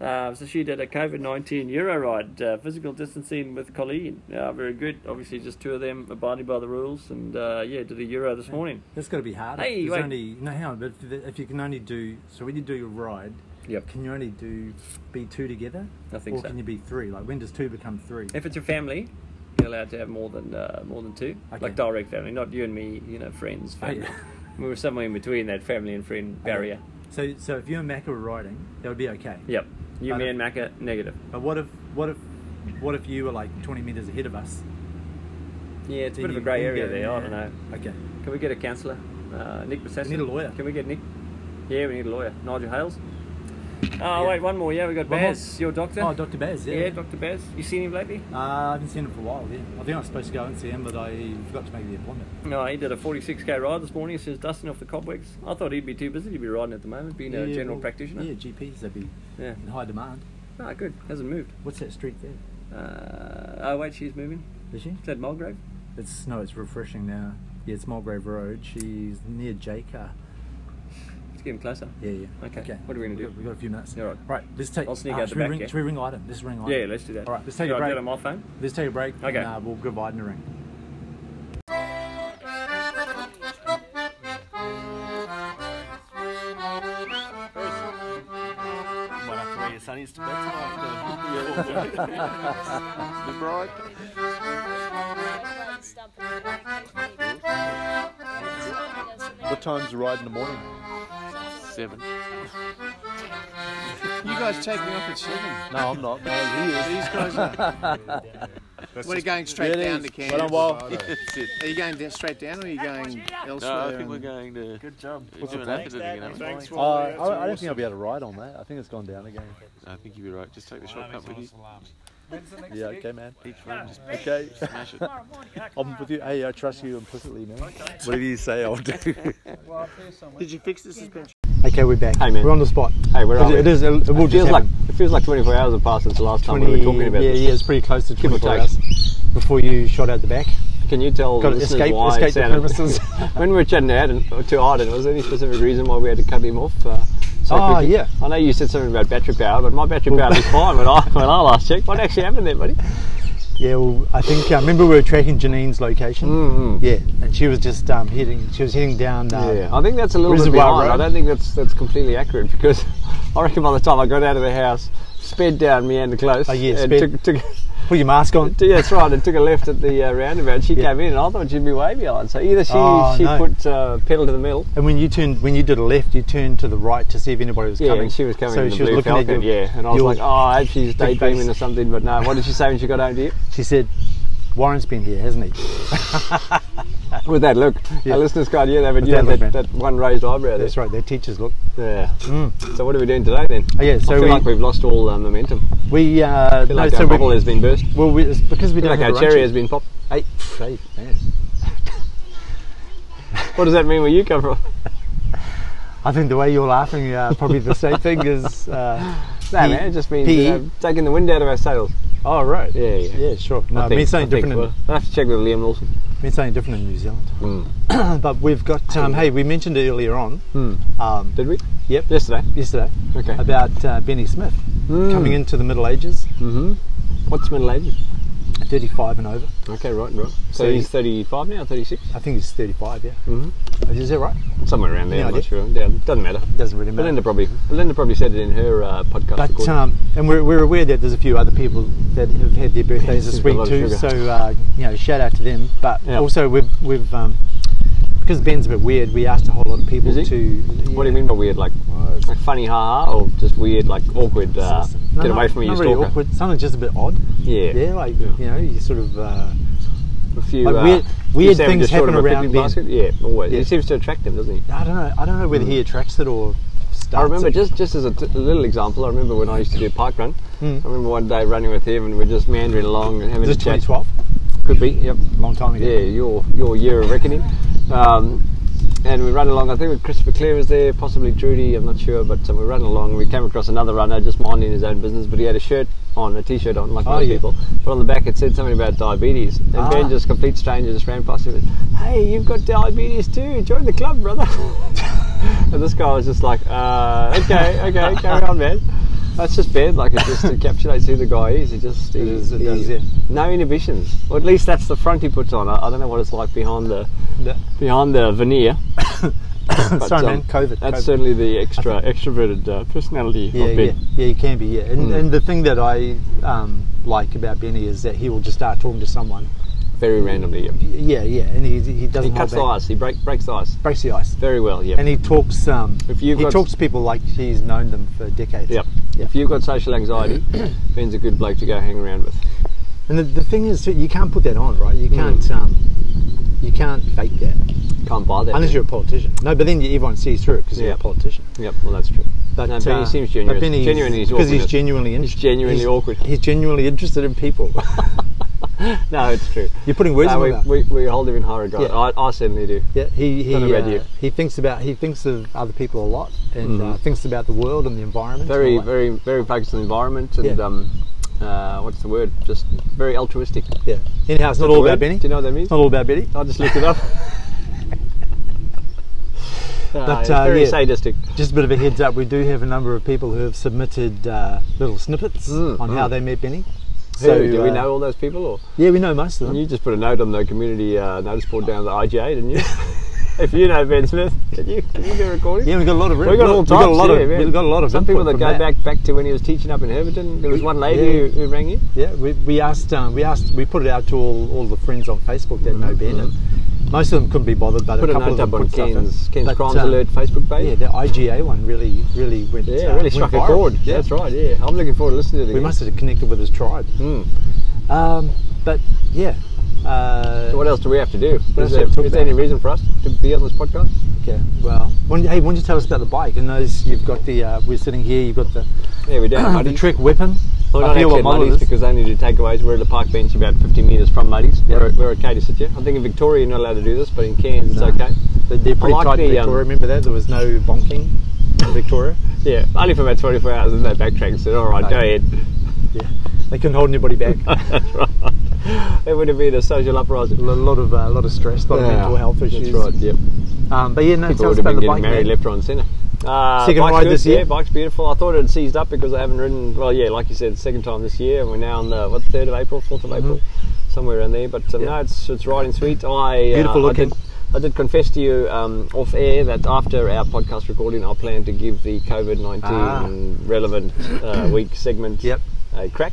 S3: Uh, so she did a COVID 19 Euro ride, uh, physical distancing with Colleen. Uh, very good. Obviously, just two of them abiding by the rules. And uh, yeah, did a Euro this morning.
S4: that's got to be hard.
S3: Hey,
S4: There's
S3: wait.
S4: only no hang on, but if, the- if you can only do so when you do your ride,
S3: Yep.
S4: can you only do be two together?
S3: I think
S4: or
S3: so.
S4: can you be three? Like when does two become three?
S3: If it's a family, you're allowed to have more than uh, more than two,
S4: Okay.
S3: like direct family, not you and me, you know, friends.
S4: Oh,
S3: Family.
S4: yeah.
S3: We were somewhere in between that family and friend barrier.
S4: So so if you and Mac were riding, that would be okay.
S3: Yep. You,
S4: But
S3: me,
S4: if-
S3: and Macca, negative.
S4: But what if what if what if you were like twenty meters ahead of us?
S3: Yeah, it's a
S4: Then
S3: bit of a
S4: you-
S3: grey
S4: then you
S3: area
S4: go,
S3: there. I
S4: yeah.
S3: don't know.
S4: Okay.
S3: Can we get a counsellor? Uh, Nick Bassett.
S4: need a lawyer.
S3: Can we get Nick? Yeah, we need a lawyer. Nigel Hales. Oh,
S4: Yeah.
S3: wait, one more. Yeah, we got
S4: One more.
S3: Baz, your doctor.
S4: Oh, Dr. Baz, yeah.
S3: Yeah, Dr. Baz. You seen him lately?
S4: Uh, I haven't seen him for a while. Yeah, I think I was supposed to go and see him, but I forgot to make the appointment.
S3: No, he did a 46k ride this morning. He says dusting off the cobwebs. I thought he'd be too busy to be riding at the moment, being a
S4: Yeah,
S3: general
S4: well,
S3: practitioner.
S4: Yeah, GPs, they'd be
S3: Yeah.
S4: in high demand.
S3: Ah, good. Hasn't moved.
S4: What's that street there?
S3: Uh, oh, wait, she's moving.
S4: Is she?
S3: Is that Mulgrave?
S4: It's no, it's refreshing now. Yeah, it's Mulgrave Road. She's near Jaker.
S3: Let's get him closer.
S4: Yeah, yeah.
S3: Okay, what are we gonna do?
S4: We've got, we got a few minutes.
S3: All right.
S4: Right. Let's take.
S3: I'll sneak
S4: uh,
S3: out
S4: should
S3: the
S4: we
S3: back,
S4: ring,
S3: yeah.
S4: Should we ring Iden? Let's ring Iden.
S3: Yeah, let's do that.
S4: All right. Let's take
S3: Should
S4: a
S3: I do
S4: break.
S3: it on my phone?
S4: Let's take a break.
S3: Okay.
S4: And, uh, we'll give Iden a ring.
S7: What time's the ride in the morning?
S5: Seven. You guys take me up at seven.
S7: No, I'm not.
S5: These guys are.
S8: We're going straight down to Cairns. Are you going down, straight down or are you going elsewhere?
S7: No, I think we're
S8: and-
S7: going to.
S9: Good job.
S7: We're doing Atherton again, aren't we?
S3: Thanks for
S4: Uh,
S3: all
S4: I,
S3: that.
S4: I don't think I'll be able to ride on that. I think it's gone down again.
S7: I think you'd be right. Just take the shortcut with you.
S4: Yeah, okay, man.
S7: Each one, just
S4: Okay,
S7: smash it.
S4: I'm with you. Hey, I trust you implicitly now. Whatever you say, I'll do.
S10: Did you fix the suspension?
S4: okay, we're back.
S3: Hey, man.
S4: We're on the spot.
S3: Hey, where are we?
S4: It is. It, will
S3: It
S4: just
S3: feels like
S4: happen.
S3: it feels like 24 hours have passed since the last time we were talking about
S4: yeah,
S3: this.
S4: yeah, it's pretty close to
S3: Give or
S4: 24
S3: take.
S4: hours before you shot out the back.
S3: Can you tell
S4: Got
S3: the
S4: to
S3: listeners
S4: escape,
S3: why
S4: escape the
S3: Adam-
S4: premises.
S3: when we were chatting to Adam, to Arden, was there any specific reason why we had to cut him off? Uh, so
S4: Oh,
S3: quickly?
S4: yeah.
S3: I know you said something about battery power, but my battery power was fine when I when I last checked. What actually happened there, buddy?
S4: Yeah, well, I think uh, remember we were tracking Janine's location.
S3: Mm,
S4: Yeah, and she was just um, heading. She was heading down. Um,
S3: Yeah, I think that's a little
S4: Reservoir
S3: bit behind.
S4: Road.
S3: I don't think that's that's completely accurate because I reckon by the time I got out of the house, sped down Meander Close,
S4: Oh, yeah,
S3: and
S4: sped-
S3: took, took,
S4: Put your mask on.
S3: yeah, that's right, and took a left at the uh, roundabout. She
S4: Yeah.
S3: came in, and I thought she'd be way behind. So either she
S4: Oh,
S3: she
S4: no.
S3: put uh, pedal to the metal.
S4: And when you turned, when you did a left, you turned to the right to see if anybody was
S3: Yeah,
S4: coming.
S3: and she was coming
S4: So
S3: in the
S4: she was
S3: blue
S4: looking at
S3: Falcon,
S4: your-
S3: yeah, and I was
S4: your-
S3: like, oh, I hope she's
S4: big
S3: daydreaming
S4: face.
S3: or something. But no, what did she say when she got home to you?
S4: She said, "Warren's been here, hasn't he?"
S3: With that look,
S4: Yeah.
S3: our listeners can't hear that, but
S4: With
S3: you
S4: that
S3: had
S4: look,
S3: that, that one raised eyebrow.
S4: That's right. Their teachers look.
S3: there. Yeah. So what are we doing today then?
S4: Mm. Oh, yeah, so
S3: I feel
S4: we-
S3: like we've lost all uh, momentum.
S4: We uh,
S3: I feel like
S4: no,
S3: our
S4: so we,
S3: bubble has been burst.
S4: well, we, it's because we
S3: I feel
S4: don't
S3: like our
S4: have a
S3: cherry
S4: run
S3: has
S4: sheet.
S3: been popped. Hey,
S4: Great, man.
S3: what does that mean where you come from?
S4: I think the way you're laughing, uh, probably the same thing is. Uh,
S3: Nah,
S4: P-
S3: man, it just means
S4: P-
S3: you know, E? taking the wind out of our sails.
S4: uh, oh right. Yeah,
S3: Yeah, yeah.
S4: sure. No,
S3: I
S4: it
S3: think-
S4: means
S3: I
S4: something
S3: think
S4: uh, different. in-
S3: we'll- I'll have to check with Liam Wilson.
S4: means something different in New Zealand.
S3: Hmm.
S4: but we've got. Um, hey, we mentioned earlier on. Um,
S3: Did we?
S4: Yep.
S3: Yesterday.
S4: yesterday
S3: Okay. Hmm.
S4: about uh, Benny Smith coming into the Middle Ages,
S3: Mm-hmm. What's middle ages?
S4: 35 and over.
S3: Okay, right, right. So,
S4: So
S3: he's
S4: he-
S3: 35 now, 36?
S4: I think he's 35, yeah.
S3: Mhm.
S4: Is that right?
S3: Somewhere around there,
S4: No
S3: I'm not
S4: idea.
S3: sure. Yeah, doesn't matter.
S4: Doesn't really matter.
S3: Belinda probably Belinda probably said it in her uh, podcast.
S4: But
S3: recording.
S4: um, and we're, we're aware that there's a few other people that have had their birthdays this
S3: She's got a
S4: week
S3: lot of
S4: too. So
S3: sugar.
S4: uh, you know, shout out to them. But
S3: Yeah.
S4: also we've we've um, because Ben's a bit weird, we asked a whole lot of people
S3: Is he?
S4: to.
S3: what do you mean by weird? Like, like funny, ha ha, or just weird, like awkward? Uh,
S4: No,
S3: get
S4: not-
S3: away from me, you
S4: Not really
S3: stalker.
S4: awkward. Something just a bit odd.
S3: Yeah,
S4: Yeah, like
S3: Yeah.
S4: you know, you sort of. Uh,
S3: A few
S4: Like
S3: uh,
S4: weird-
S3: few
S4: weird things
S3: sandwiches short
S4: happen
S3: of a
S4: around
S3: picnic
S4: Ben.
S3: basket. Yeah, always.
S4: Yeah.
S3: He seems to attract them, doesn't he?
S4: I don't know. I don't know
S3: Hmm.
S4: whether he attracts it or. Starts
S3: I remember
S4: it.
S3: just just as a, t- a little example. I remember when I used to do park run.
S4: hmm.
S3: I remember one day running with him, and we're just meandering along and having
S4: Mm. Is
S3: a
S4: it
S3: chat.
S4: 2012?
S3: Could be. Yep.
S4: Long time ago.
S3: Yeah, your your year of reckoning. Um, and we run along. I think with Christopher Clear was there, possibly Trudy. I'm not sure, but um, we run along. and We came across another runner just minding his own business, but he had a shirt on, a t-shirt on, like
S4: Oh,
S3: most
S4: yeah.
S3: people. But on the back it said something about diabetes, and
S4: Ah.
S3: Ben just complete stranger just ran past him. And, hey, you've got diabetes too. Join the club, brother. and this guy was just like, uh, okay, okay, carry on, man. That's just Ben. Like it just encapsulates who the guy is. He just
S4: It is, it
S3: he-
S4: does, yeah.
S3: no inhibitions. Or at least that's the front he puts on. I, I don't know what it's like behind the
S4: The-
S3: behind the veneer. but,
S4: Sorry,
S3: um,
S4: man. COVID.
S3: That's
S4: COVID.
S3: certainly the extra extroverted uh, personality
S4: yeah,
S3: of
S4: yeah,
S3: Ben.
S4: yeah, you can be, yeah. And,
S3: Mm.
S4: and the thing that I um, like about Benny is that he will just start talking to someone.
S3: Very randomly. Yeah.
S4: Y- Yeah, yeah, and he, he
S3: He
S4: doesn't.
S3: cuts the
S4: hold back.
S3: ice. He break, breaks the ice
S4: Breaks the ice,
S3: very well. Yeah.
S4: and he talks. Um,
S3: If you've
S4: he
S3: got-
S4: talks to people like he's known them for decades.
S3: Yep.
S4: Yeah.
S3: If you've got social anxiety, Ben's a good bloke to go hang around with.
S4: And the, the thing is, that you can't put that on, right? You
S3: Mm.
S4: can't. Um, you can't fake that
S3: Can't buy that.
S4: unless you're a politician. No, but then you, everyone sees through it because you're
S3: Yeah.
S4: a politician.
S3: Yep. Well, that's true.
S4: But uh,
S3: No, Benny seems
S4: But
S3: genuine.
S4: Benny's,
S3: Genuine in his
S4: because he's
S3: awkwardness.
S4: genuinely interested.
S3: genuinely awkward.
S4: He's genuinely interested in people.
S3: No, it's true.
S4: You're putting words
S3: No,
S4: in my
S3: we,
S4: mouth.
S3: we, we hold him in high regard.
S4: Yeah.
S3: I, I certainly do.
S4: Yeah, he he,
S3: Don't know about
S4: uh,
S3: you. Mm-hmm.
S4: he thinks about he thinks of other people a lot and uh, thinks about the world and the environment.
S3: Very,
S4: and all that.
S3: very, very focused on the environment and
S4: Yeah.
S3: um, uh, what's the word? Just very altruistic.
S4: yeah. Anyhow, it's
S3: Is
S4: not
S3: that
S4: all
S3: the
S4: about
S3: word?
S4: Benny.
S3: Do you know what that means?
S4: It's not all about Benny.
S3: I just looked it up.
S4: But,
S3: it's
S4: uh,
S3: very
S4: yeah.
S3: sadistic.
S4: Just a bit of a heads up, we do have a number of people who have submitted uh, little snippets
S3: Mm,
S4: on how they met Benny.
S3: Who? do we
S4: uh,
S3: know all those people? Or
S4: Yeah, we know most of them.
S3: you just put a note on the community uh, notice board down at the IGA, didn't you? if you know Ben Smith, can you can you go recording?
S4: yeah, we got a lot of
S3: We got all
S4: we
S3: types.
S4: got a lot
S3: yeah,
S4: of
S3: man.
S4: we got a lot of
S3: Some
S4: input
S3: people that
S4: from
S3: go back back to when he was teaching up in Herberton. There was one lady
S4: yeah.
S3: who, who rang you.
S4: Yeah, we, we asked um, we asked we put it out to all, all the friends on Facebook that know Ben, and most of them couldn't be bothered, but
S3: Put
S4: a
S3: a
S4: couple of
S3: note
S4: them
S3: up on
S4: put stuff in.
S3: Ken's Ken's
S4: But,
S3: Crimes
S4: um,
S3: Alert Facebook page.
S4: Yeah, the IGA one really, really went.
S3: Yeah,
S4: uh,
S3: really
S4: went
S3: struck a
S4: viral.
S3: chord. Yeah. That's right. Yeah, I'm looking forward to Hmm. listening to it.
S4: We
S3: Again.
S4: must have connected with his tribe. Um, but yeah. Uh,
S3: So what else do we have to do?
S4: What else
S3: Is there,
S4: do we talk
S3: is there any
S4: about?
S3: reason for us to be on this podcast?
S4: Okay. Well, why don't you- hey, why don't you tell us about the bike? And those you've got the uh, we're sitting here. You've got the
S3: Yeah, we don't have
S4: the
S3: muddies.
S4: trick weapon.
S3: Well,
S4: I
S3: I don't
S4: forget
S3: actually
S4: what
S3: at
S4: model it
S3: Muddies
S4: is.
S3: because they need to take aways. We're at the park bench about 50 metres from Muddies. We're, we're at Cater City. I think in Victoria you're not allowed to do this, but in Cairns
S4: No.
S3: it's okay.
S4: They- They're pretty
S3: I like
S4: tight in
S3: the, um,
S4: Victoria. Remember that there was no bonking in Victoria.
S3: Yeah, only for about 24 hours and they backtracked and said, all right, go
S4: Okay.
S3: ahead.
S4: Yeah, they couldn't hold anybody back.
S3: That's right. It would have been a social uprising.
S4: A lot of uh, a lot of stress, a lot of mental health issues.
S3: That's right, yep.
S4: Um, but yeah, no,
S3: People
S4: tell
S3: would
S4: us
S3: have
S4: about
S3: been
S4: the
S3: getting
S4: bike.
S3: married
S4: man.
S3: left, right, and centre. Uh,
S4: Second
S3: bike's
S4: ride
S3: good,
S4: this
S3: Yeah,
S4: year?
S3: bike's beautiful. I thought it had seized up because I haven't ridden. Well, yeah, like you said, second time this year, and we're now on the what third of April, fourth of April, somewhere around there. But um,
S4: Mm-hmm. Yeah.
S3: no, it's it's riding sweet. I uh,
S4: Beautiful
S3: I did-
S4: looking.
S3: I did confess to you um, off air that after our podcast recording, I plan to give the COVID 19
S4: Ah.
S3: relevant uh, week segment
S4: Yep.
S3: a crack.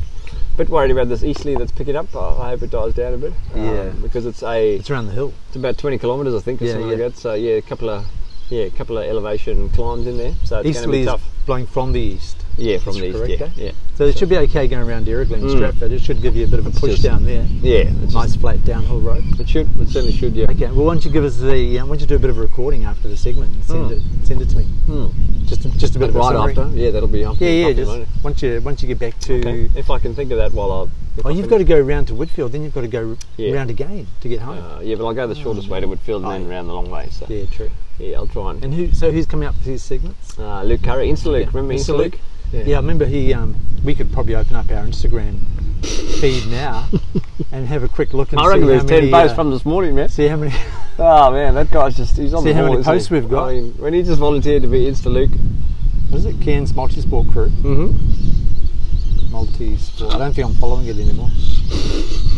S3: Bit worried about this Eastleigh that's picking up. I I hope it dies down a bit. um,
S4: Yeah.
S3: because it's a
S4: It's around the hill.
S3: it's about 20 kilometres, I think, or
S4: Yeah,
S3: something
S4: yeah.
S3: like that. So yeah, a couple of yeah, a couple of elevation climbs in there. So it's
S4: Easterly is
S3: going to be tough.
S4: blowing from the east,
S3: Yeah, from
S4: That's
S3: these.
S4: correct,
S3: Yeah,
S4: eh?
S3: yeah,
S4: so it should be okay going around Ericlin and
S3: Mm.
S4: Stratford. It should give you a bit of a push
S3: just-
S4: down there.
S3: yeah. It's
S4: Nice flat downhill road.
S3: just- it should. It certainly should. Yeah.
S4: Okay. Well, why don't you give us the? Uh, why don't you do a bit of a recording after the segment? And send
S3: Mm.
S4: it. Send it to me.
S3: Hmm.
S4: Just a, just a bit
S3: Like
S4: of a
S3: right
S4: summary.
S3: after. Yeah, that'll be. Up,
S4: Yeah, yeah.
S3: up
S4: Just
S3: later.
S4: once you once you get back to.
S3: Okay. If I can think of that while I. if
S4: Oh,
S3: I
S4: you've got
S3: can-
S4: to go round to Whitfield, then you've got to go r
S3: Yeah.
S4: round again to get home.
S3: Uh, yeah, but I'll go the shortest way to Woodfield and then
S4: Oh, yeah.
S3: round the long way. So yeah,
S4: yeah, true.
S3: I'll try and.
S4: And who? So who's coming up for these segments?
S3: uh, Luke Curry, Insta-Luke, remember
S4: Mr.
S3: Insta-Luke?
S4: Luke? Yeah. I remember he. Um, we could probably open up our Instagram feed now and have a quick look and
S3: I reckon
S4: see
S3: there's
S4: how
S3: 10
S4: many,
S3: posts
S4: uh,
S3: from this morning, man.
S4: see how many.
S3: Oh, man, that guy's just, he's on
S4: See
S3: the
S4: how
S3: ball,
S4: many
S3: isn't he?
S4: posts we've got?
S3: I mean, when he just volunteered to be Insta-Luke.
S4: What is it? Cairns Multisport Crew.
S3: Mm-hmm.
S4: Multisport. I don't think I'm following it anymore.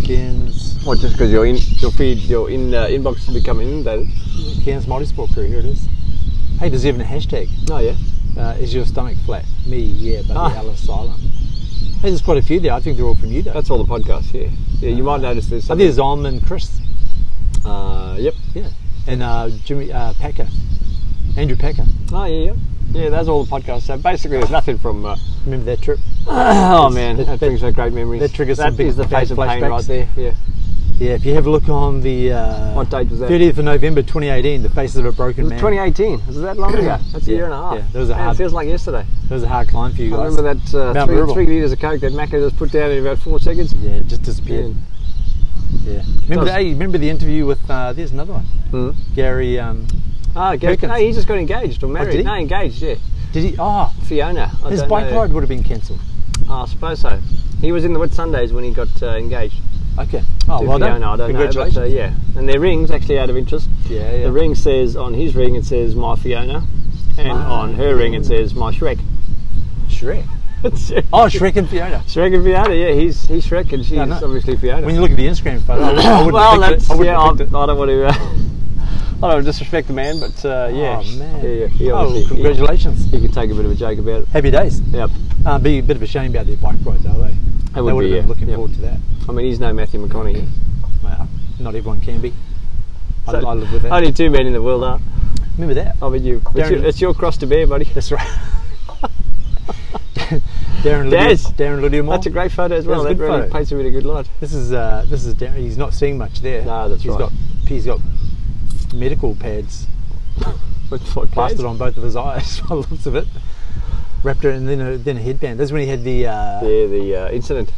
S4: Cairns
S3: Well, Oh, just because your in, your feed, your in uh, inbox has become inundated.
S4: Cairns Multisport Crew. Here it is. Hey, there's even a hashtag.
S3: Oh yeah.
S4: Uh, is your stomach flat? Me, yeah, but
S3: Ah.
S4: the L is silent. Hey, there's quite a few there. I think they're all from you, though.
S3: That's all the podcasts. Yeah. Yeah. You might notice there's.
S4: I
S3: Some,
S4: think there's Om and Chris
S3: Uh, yep.
S4: and uh, Jimmy uh, Packer, Andrew Packer.
S3: Oh yeah. Yep. Yeah. That's all the podcasts. So basically, there's nothing from. Uh,
S4: Remember that trip?
S3: oh man,
S4: that-
S3: that, brings back great memories.
S4: that triggers
S3: That
S4: some big
S3: is the
S4: bad
S3: face of pain
S4: flashbacks.
S3: right there. Yeah.
S4: Yeah, if you have a look on the uh,
S3: What date was that?
S4: 30th of November 2018, the faces of a broken
S3: It was
S4: man.
S3: 2018. Is that long ago? That's
S4: Yeah,
S3: a year and a half.
S4: yeah, that was a
S3: Man,
S4: hard-
S3: It feels like yesterday.
S4: It was a hard climb for you
S3: I
S4: guys.
S3: remember that uh,
S4: Mount
S3: three,
S4: Rural.
S3: three liters of coke that Macca just put down in about four seconds.
S4: Yeah, it just disappeared.
S3: Man.
S4: Yeah. Remember,
S3: Does-
S4: the, hey, remember the interview with, uh, there's another one.
S3: Hmm.
S4: Gary, um,
S3: Ah, Gary,
S4: Perkins. Oh,
S3: no, he just got engaged or married.
S4: did he?
S3: No, engaged. Yeah,
S4: did he? Oh,
S3: Fiona. I
S4: his
S3: don't
S4: bike
S3: know.
S4: ride would have been cancelled.
S3: Oh, I suppose so. He was in the Whit Sundays when he got uh, engaged.
S4: Okay. Oh,
S3: to
S4: well done.
S3: Fiona, I don't
S4: Congratulations.
S3: know. But, uh, yeah, and their rings actually out of interest.
S4: yeah, yeah.
S3: The ring says on his ring it says my Fiona, and on her ring it says my Shrek.
S4: Ah. Shrek.
S3: Shrek
S4: Oh, Shrek and Fiona.
S3: and Fiona. Yeah, he's he's Shrek and she's
S4: Yeah, I know.
S3: obviously Fiona.
S4: When you look at the Instagram photo, I wouldn't, I wouldn't
S3: well,
S4: have picked
S3: that's
S4: it. I wouldn't
S3: yeah. I,
S4: have picked it.
S3: I don't want to. Uh, I don't want to disrespect the man, but uh, yeah.
S4: Oh, man.
S3: Yeah, yeah. He obviously-
S4: oh,
S3: he-
S4: congratulations.
S3: He, could take a bit of a joke about it.
S4: Happy days.
S3: Yep.
S4: Uh, be a bit of a shame about their bike ride, though, eh?
S3: That would
S4: they would have
S3: be,
S4: been
S3: yeah,
S4: looking
S3: yeah.
S4: forward to that.
S3: I mean, he's no Matthew McConaughey.
S4: Well, not everyone can be. I,
S3: So-
S4: I live with that.
S3: Only two men in the world are.
S4: Remember that?
S3: I mean, you. It's
S4: Darren-
S3: your, it's your cross to bear, buddy.
S4: That's right. Darren Lydia,
S3: Yes.
S4: Darren Lydiamore.
S3: That's a great photo as
S4: That's
S3: well.
S4: a
S3: That
S4: good
S3: really
S4: photo.
S3: paints him in a good light.
S4: This is uh, this is Darren. He's not seeing much there.
S3: No, that's
S4: He's
S3: right.
S4: Got, he's got medical pads
S3: What, what
S4: plastered on both of his eyes, by the looks of it. Wrapped it and then a, then a headband. That's when he had the uh,
S3: Yeah, the uh, incident.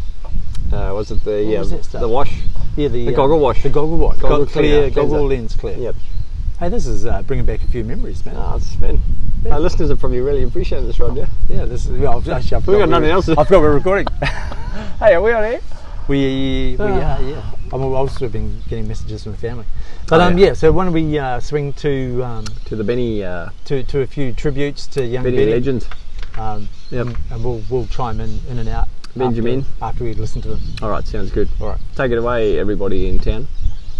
S3: Uh, was it the
S4: What was
S3: um,
S4: that stuff?
S3: the wash?
S4: yeah, the, um,
S3: the goggle wash.
S4: The goggle wash.
S3: Goggle
S4: Got clear,
S3: cleaner,
S4: goggle
S3: cleanser.
S4: lens clear.
S3: Yep.
S4: Hey, this is uh, bringing back a few memories, man.
S3: Ah, it's been. Our listeners are probably really appreciating this, Rod. Yeah.
S4: Yeah, this is. Well, I've, actually, I forgot
S3: got
S4: we
S3: nothing
S4: were-
S3: else.
S4: I forgot we're recording.
S3: Hey, are we on air?
S4: We, we
S3: Ah.
S4: are, yeah. I'm also been getting messages from the family. But
S3: Oh,
S4: um,
S3: yeah.
S4: yeah. so why don't we uh, swing to, um,
S3: To the Benny uh,
S4: to to a few tributes to young
S3: Benny
S4: Benny,
S3: legend,
S4: um,
S3: Yep.
S4: and- and we'll we'll chime in in and out
S3: Benjamin.
S4: after, after we listen to them.
S3: All right, sounds good.
S4: Ah, All right,
S3: Take it away, everybody in town.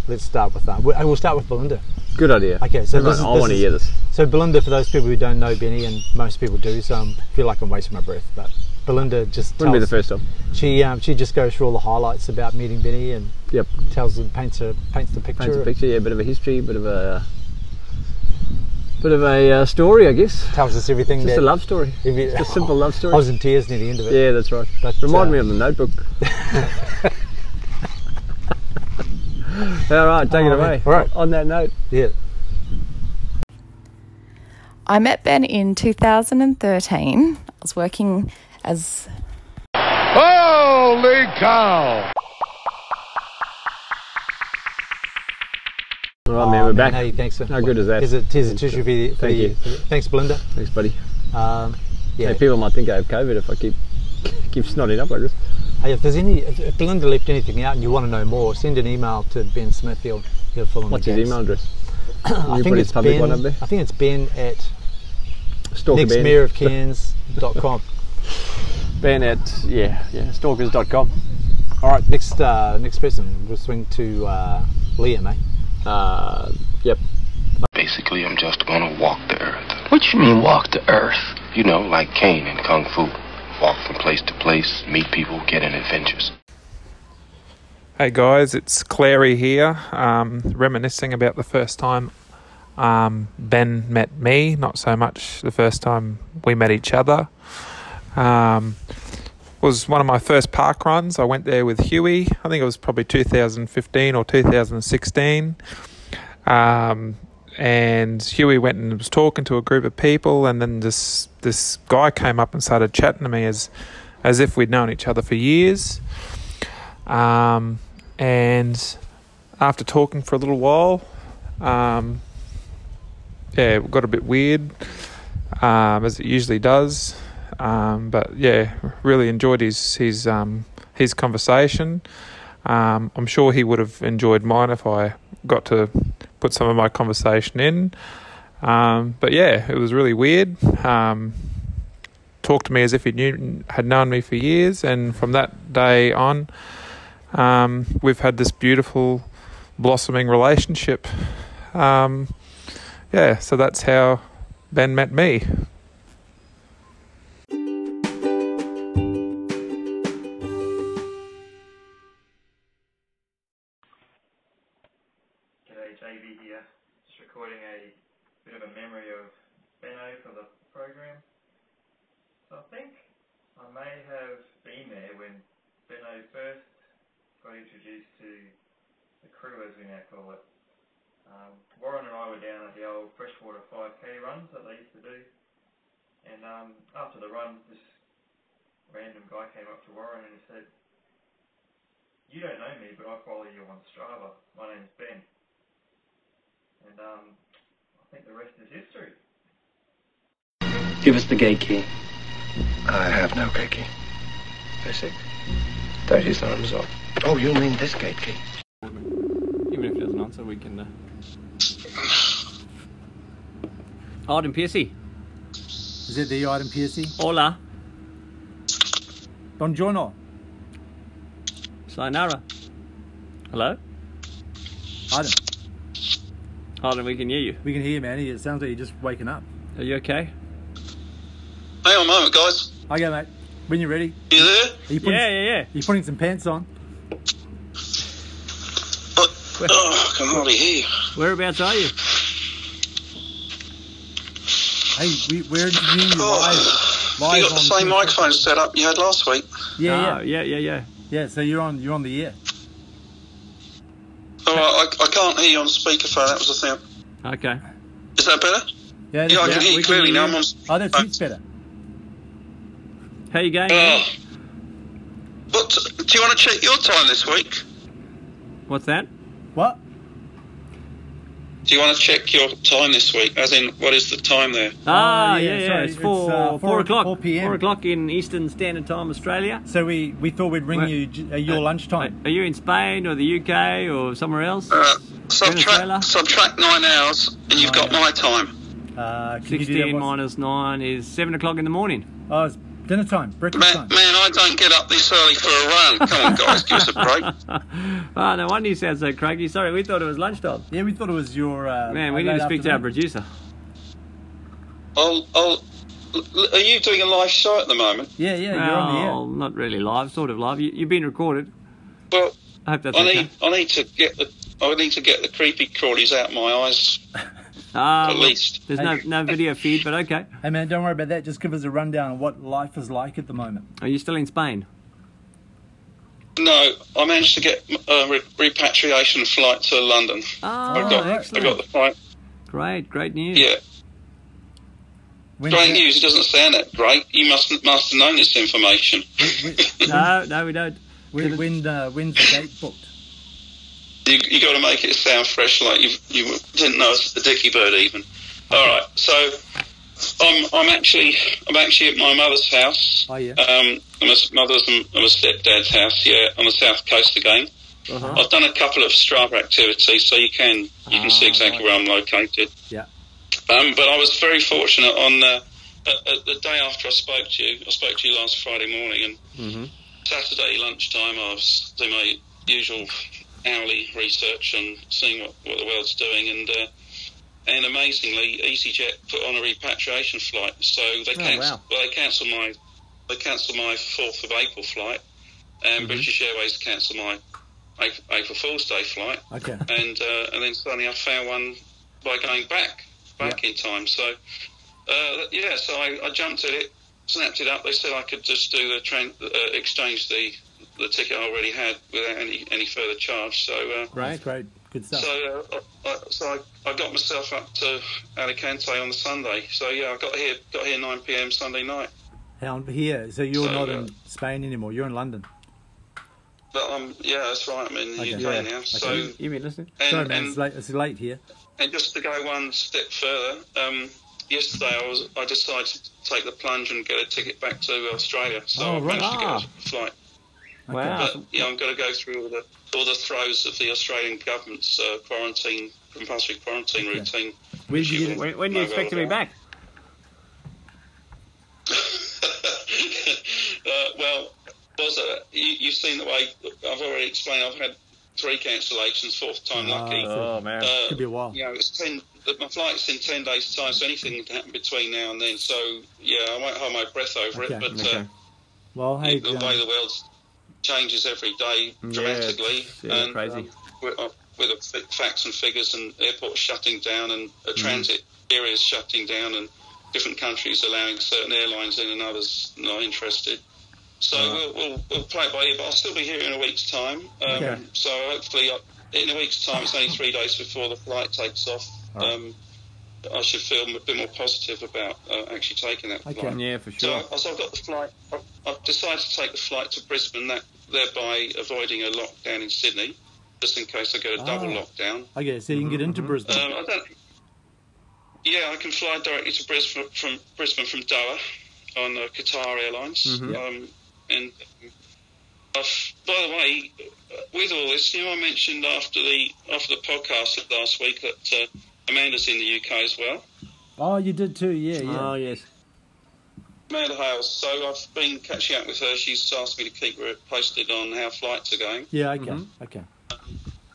S4: let's start with that. We'll, we'll start with Belinda.
S3: Good idea.
S4: Okay, so
S3: Everyone,
S4: this is-
S3: I
S4: this
S3: want to
S4: is-
S3: hear this.
S4: So Belinda, for those people who don't know Benny, and most people do, so I feel like I'm wasting my breath, but. Belinda just tells,
S3: Wouldn't be the first time.
S4: she um, she just goes through all the highlights about meeting Benny and
S3: Yep.
S4: tells and paints a paints the picture.
S3: Paints a picture. Yeah, a bit of a history, bit of a bit of a uh, story, I guess.
S4: Tells us everything.
S3: Just
S4: that
S3: a love story.
S4: If you-
S3: Just a simple love
S4: I
S3: story.
S4: was in tears near the end of it. uh,
S3: Yeah, that's right.
S4: But,
S3: Remind
S4: uh,
S3: me of the Notebook.
S11: All right, take it
S4: Oh,
S11: away. All right. On that note. Yeah.
S12: I met Ben in 2013. I was working as
S8: Holy cow!
S11: All right, man, we're back.
S4: oh, Hey, thanks.
S11: How good is that?
S4: Here's a, here's a tissue for you. For
S11: Thank
S4: you.
S11: you.
S4: Thanks, Belinda.
S11: Thanks, buddy.
S4: Um, yeah.
S11: Hey, people might think I have COVID if I keep keep snotting up like this.
S4: Hey, if there's any, if if Belinda left anything out and you want to know more, send an email to Ben Smithfield. He'll fill in
S11: What's
S4: the
S11: his
S4: gaps.
S11: email address?
S4: I
S11: You
S4: think
S11: put
S4: it's
S11: his public
S4: Ben.
S11: one up there?
S4: I think it's Ben at
S11: Stalker Ben.
S4: nextmayorofcairns.com.
S11: Ben at yeah yeah stalkers.com.
S4: All right, next uh, next person. We'll swing to uh, Liam, eh?
S11: Uh, yep.
S13: Basically, I'm just gonna walk the earth.
S14: What you mean walk the earth?
S13: You know, like Kane in Kung Fu. Walk from place to place, meet people, get in adventures.
S15: Hey guys, it's Clary here, um, reminiscing about the first time um, Ben met me, not so much the first time we met each other. Um, was one of my first park runs. I went there with Huey. I think it was probably 2015 or 2016. Um, and Huey went and was talking to a group of people, and then this this guy came up and started chatting to me as as if we'd known each other for years. Um, and after talking for a little while, um, yeah, it got a bit weird, um, as it usually does. Um, but yeah, really enjoyed his his um, his conversation. Um, I'm sure he would have enjoyed mine if I got to put some of my conversation in. Um, but yeah, it was really weird. Um, talked to me as if he knew had known me for years, and from that day on, um, we've had this beautiful blossoming relationship. Um, yeah, so that's how Ben met me.
S16: G'day, JB here. Just recording a bit of a memory of Benno for the program. So I think I may have been there when Benno first got introduced to the crew, as we now call it. Um, Warren and I were down at the old freshwater 5k runs that they used to do, and um, after the run, this random guy came up to Warren and he said, "You don't know me, but I follow you on Strava. My name's Ben." And um, I think the rest is history.
S14: Give us the gate key.
S13: I have no gate key. Basic. That is not result. Oh, you mean this gate key?
S3: Even if he doesn't answer, we can. Uh... Arden Piercy.
S4: Is that the item, Piercy?
S3: Hola.
S4: Buongiorno.
S3: Sayonara. Hello?
S4: Item.
S3: Arden, Oh, we can hear you.
S4: We can hear you, man. It sounds like you're just waking up.
S3: Are you okay?
S17: Hang on a moment, guys.
S4: Okay, mate. When you're ready.
S17: You there?
S4: Are you
S17: Yeah,
S3: yeah, yeah.
S4: you putting some pants on?
S17: Oh, I can hardly hear you.
S3: Whereabouts are you?
S4: Hey, we, we're interviewing you live. Live
S17: Oh. you got the
S4: on
S17: same microphone set up you had last week.
S4: Yeah,
S17: No,
S4: yeah,
S3: Ah, yeah, yeah, yeah.
S4: Yeah, so you're on you're on the air.
S17: All right, I, I can't hear you on speakerphone. That was the thing.
S3: Okay.
S17: Is that better?
S4: Yeah,
S17: I can hear you clearly now. I'm on.
S4: Oh, that's heaps better.
S3: How you going?
S17: Oh. What, t- do you want to check your time this week?
S3: What's that?
S4: What?
S17: Do you want to check your time this week? As in, what is the time there?
S3: Ah,
S4: Ah, yeah,
S3: yeah, yeah.
S4: sorry,
S3: It's
S4: it's,
S3: four,
S4: uh,
S3: four,
S4: four-
S3: o'clock.
S4: 4 p.m..
S3: Four o'clock in Eastern Standard Time, Australia.
S4: So we, we thought we'd ring
S3: Where-
S4: you j- uh, your lunchtime.
S3: Are you in Spain or the UK or somewhere else?
S17: Uh, Subtract, subtract nine hours, and you've got my time.
S4: Uh, can you do that
S3: 16
S4: once-
S3: minus 9 is 7 o'clock in the morning.
S4: Oh, it's dinner time, breakfast
S17: Man,
S4: time.
S17: I don't get up this early for a run. Come on, guys, give us a break.
S3: Ah, no wonder you sound so cranky. Sorry, we thought it was lunchtime.
S4: Yeah, we thought it was your. Uh,
S3: Man, we
S4: late
S3: need to speak to our
S4: afternoon.
S3: producer.
S17: I'll, I'll, l- are you doing a live show at the moment?
S4: Yeah, yeah,
S3: Well, not really live, sort of live. You, you've been recorded.
S17: Well,
S3: I hope that's
S17: I
S3: okay.
S17: need, I need to get the, I need to get the creepy crawlies out my eyes.
S3: Ah,
S17: At
S3: well,
S17: least.
S3: There's no, no video feed, but okay.
S4: Hey man, don't worry about that. Just give us a rundown of what life is like at the moment.
S3: Are you still in Spain?
S17: No, I managed to get a re- repatriation flight to London.
S4: Oh,
S17: I got, I got
S3: Oh, Ah, excellent.
S17: the flight.
S3: Great, great news.
S17: Yeah. great news. It doesn't sound that great. You must must have known this information.
S3: no, no, we don't.
S4: When, when, uh, when's the date booked?
S17: You, you got to make it sound fresh, like you you didn't know it's a dicky bird even. All right, so I'm I'm actually I'm actually at my mother's house.
S4: Oh yeah.
S17: Um, I'm a mother's and I'm a stepdad's house. Yeah, on the south coast again.
S4: Uh-huh.
S17: I've done a couple of Strava activities, so you can you can see exactly where I'm located.
S4: Ah, Yeah.
S17: Um, but I was very fortunate on uh, uh, uh, the day after I spoke to you. I spoke to you last Friday morning, and
S4: Mm-hmm.
S17: Saturday lunchtime, I was doing my usual hourly research and seeing what, what the world's doing, and uh, and amazingly, EasyJet put on a repatriation flight, so they
S8: Oh,
S17: cancelled
S8: wow.
S17: well, they cancelled my they cancelled my fourth of April flight, and
S8: Mm-hmm.
S17: British Airways cancelled my April, April Fool's Day flight,
S4: Okay.
S17: and uh, and then suddenly I found one by going back back in time. So uh, yeah, so I, I jumped at it, snapped it up. They said I could just do the tran uh, exchange the the ticket I already had without any any further charge. So uh,
S4: Great, great, good stuff.
S17: so uh, I, I, so I, I got myself up to Alicante on the Sunday. So yeah, I got here got here 9 p.m. Sunday night.
S4: Down here, so you're
S17: So,
S4: not
S17: uh,
S4: in Spain anymore. You're in London.
S17: But um, yeah, that's right. I'm in the UK
S4: Yeah,
S17: now.
S4: okay.
S17: So
S3: you mean listening?
S17: and-
S4: Sorry, man,
S17: and-
S4: it's late. It's late here.
S17: And just to go one step further, um, yesterday I was I decided to take the plunge and get a ticket back to Australia. So
S4: Oh,
S17: I
S4: right.
S17: managed
S4: Ah.
S17: to get a flight.
S4: Wow.
S17: But yeah, I'm going to go through all the all the throes of the Australian government's uh, quarantine compulsory quarantine routine.
S3: When
S17: which
S3: do you,
S17: will
S3: when, when do you
S17: know
S3: expect to
S17: all
S3: be
S17: about.
S3: back?
S17: Uh, well, was uh, you, you've seen the way I've already explained. I've had three cancellations, fourth time lucky.
S4: Oh, man.
S17: Uh,
S4: Could be a while.
S17: You know, it's ten. My flight's in ten days' time, so anything can happen between now and then. So yeah, I won't hold my breath over it.
S4: Okay.
S17: But uh,
S4: Okay. Well, hey,
S17: the way the world changes every day
S4: Yeah,
S17: dramatically,
S4: it's, yeah,
S17: and
S4: crazy.
S17: um, with, uh, with the f- facts and figures, and airports shutting down, and uh, transit areas shutting down, and different countries allowing certain airlines in and others not interested. So
S4: Ah.
S17: we'll, we'll, we'll play it by ear, but I'll still be here in a week's time. Um,
S4: Okay.
S17: So hopefully, I, in a week's time, it's only three days before the flight takes off.
S4: Alright.
S17: Um, I should feel a bit more positive about uh, actually taking that
S4: Okay.
S17: flight.
S4: Yeah, for sure.
S17: So, I- so I've got the flight. I've, I've decided to take the flight to Brisbane, that, thereby avoiding a lockdown in Sydney, just in case I get a double
S4: Ah.
S17: lockdown.
S4: okay, so you can get into Brisbane.
S17: Um, I don't. Yeah, I can fly directly to Brisbane from Brisbane from Doha on uh, Qatar Airlines.
S8: Mhm. Yeah.
S17: Um, and I've, by the way, uh, with all this, you know, I mentioned after the after the podcast last week that uh, Amanda's in the UK as well.
S4: Oh, you did too. Yeah, yeah.
S3: Oh, yes.
S17: Amanda Hales. So I've been catching up with her. She's asked me to keep her posted on how flights are going.
S4: Yeah. Okay.
S3: Mm-hmm.
S4: Okay.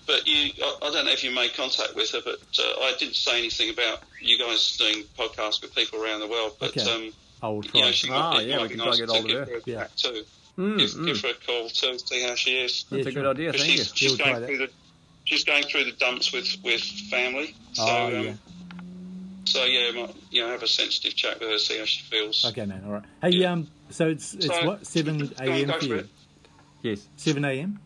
S17: But you, I, I don't know if you made contact with her, but uh, I didn't say anything about you guys doing podcasts with people around the world. But
S4: Okay.
S17: um,
S4: I will
S17: you
S4: try.
S17: know, she
S18: Ah,
S17: might, it might be nice to
S4: all
S17: give her a
S4: Yeah.
S17: chat too.
S4: Mm,
S17: give,
S4: mm.
S17: give her a call to see how she is.
S4: That's Yeah, a good sure. idea,
S17: 'Cause
S4: thank
S17: she's,
S4: you.
S17: She's
S4: We'll try
S17: going
S4: that.
S17: through the she's going through the dumps with with family. So
S4: Oh,
S17: um,
S4: yeah.
S17: so yeah, might, you know, have a sensitive chat with her, see how she feels.
S4: Okay, man. All right. Hey, um, so it's it's
S17: So-
S4: what seven
S17: Go on,
S4: a.m.
S17: go
S4: for
S17: for
S4: you?
S17: it.
S3: Yes.
S4: Seven a.m.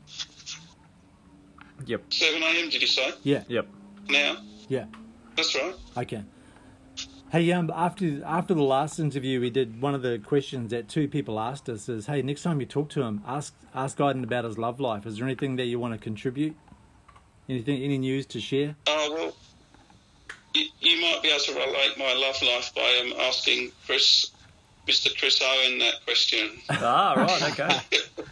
S3: Yep.
S17: Seven a.m. Did you say?
S4: Yeah.
S3: Yep.
S17: Now
S4: Yeah.
S17: that's right.
S4: Okay. Hey, um, after after the last interview we did, one of the questions that two people asked us is, "Hey, next time you talk to him, ask ask Aiden about his love life. Is there anything that you want to contribute? Anything, any news to share?"
S17: Oh well, you, you might be able to relate my love life by um, asking Chris, Mr. Chris Owen, that question.
S3: Ah, right, okay.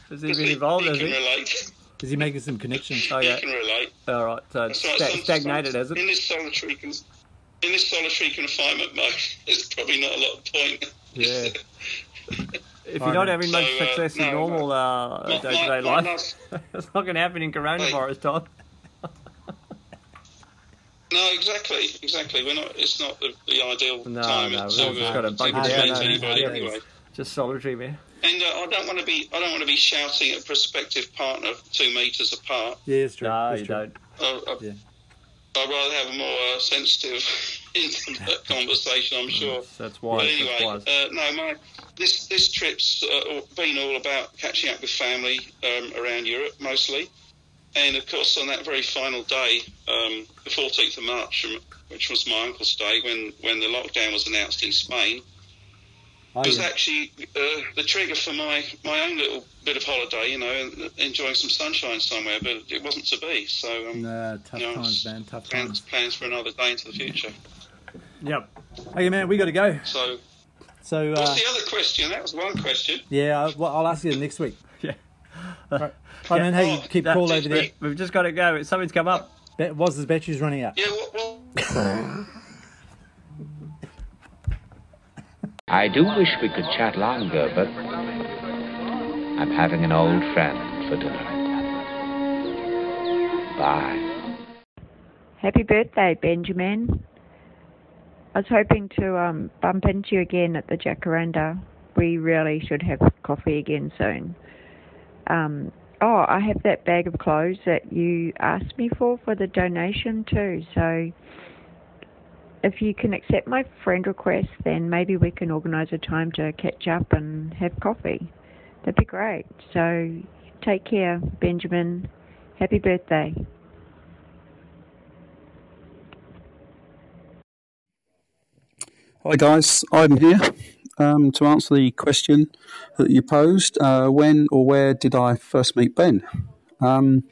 S3: Has he been involved, has
S17: He can
S3: he?
S17: relate.
S4: Is he making some connections?
S3: Oh, yeah.
S17: He can relate.
S3: All right, so it's
S17: That's right,
S3: sta-
S17: some-
S3: stagnated,
S17: some-
S3: has it?
S17: In this solitary, con- in this solitary confinement mode, it's probably not a lot of point.
S3: Yeah. If
S17: All
S3: you're not
S17: right.
S3: having much
S17: So, uh,
S3: success in
S17: no,
S3: normal uh,
S17: my-
S3: day-to-day
S17: my
S3: life, it's not going to happen in coronavirus, Todd.
S17: No, exactly, exactly. We're not. It's not the, the ideal
S3: No,
S17: time
S3: no,
S17: to,
S3: we've just got
S17: uh,
S3: to
S17: to
S3: bug
S17: relate
S3: it
S17: to
S3: down.
S17: anybody
S3: no, no,
S17: anyway.
S3: it's Just solitary, man.
S17: And uh, I don't want to be. I don't want to be shouting at prospective partner two meters apart.
S4: Yeah, it's true.
S3: No,
S4: That's
S3: you
S4: true.
S3: don't.
S17: Uh, uh, I'd rather have a more uh, sensitive, intimate conversation. I'm sure.
S16: That's wise,
S17: But
S16: that's
S17: anyway,
S16: wise.
S17: Uh, no, my this this trip's uh, all- been all about catching up with family um, around Europe mostly, and of course on that very final day, um, the 14th of March, um, which was my uncle's day when when the lockdown was announced in Spain,
S1: Oh,
S17: was
S1: yeah.
S17: actually uh, the trigger for my, my own little bit of holiday, you know, and enjoying some sunshine somewhere, but it wasn't to be. So um,
S1: Nah, tough
S17: Yeah.
S1: times, man. Tough
S17: plans,
S1: times.
S17: plans for another day into the future.
S1: Yep. Okay, man, we got to go.
S17: So,
S1: So, uh,
S17: what's the other question? That was one question.
S1: yeah, I- well, I'll ask you next week. Yeah. Hi, man. Hey, keep
S4: That's
S1: call
S4: it,
S1: over there.
S4: mate. We've just got to go. Something's come up.
S1: That was his battery's running out.
S17: Yeah, what, what,
S8: I do wish we could chat longer, but I'm having an old friend for dinner. Bye.
S19: Happy birthday, Benjamin. I was hoping to um, bump into you again at the Jacaranda. We really should have coffee again soon. Um, oh, I have that bag of clothes that you asked me for for the donation too. So if you can accept my friend request, then maybe we can organise a time to catch up and have coffee. That'd be great. So take care, Benjamin. Happy birthday.
S18: Hi guys, I'm here um, to answer the question that you posed. Uh, when or where did I first meet Ben? Um,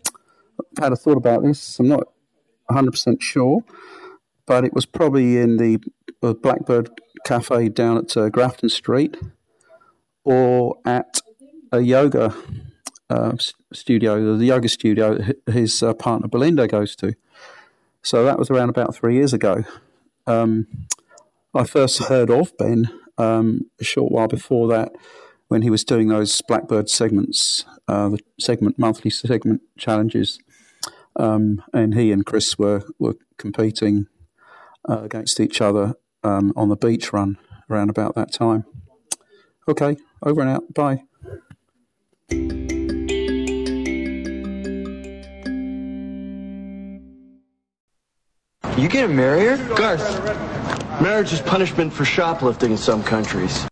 S18: I've had a thought about this. I'm not 100% sure, but it was probably in the uh, Blackbird Cafe down at uh, Grafton Street or at a yoga uh, s- studio, the yoga studio that hi- his uh, partner Belinda goes to. So that was around about three years ago. Um, I first heard of Ben um, a short while before that when he was doing those Blackbird segments, uh, the segment monthly segment challenges, um, and he and Chris were were competing uh, against each other um, on the beach run around about that time. Okay, over and out. Bye.
S20: You get a marrier? Garth, marriage is punishment for shoplifting in some countries.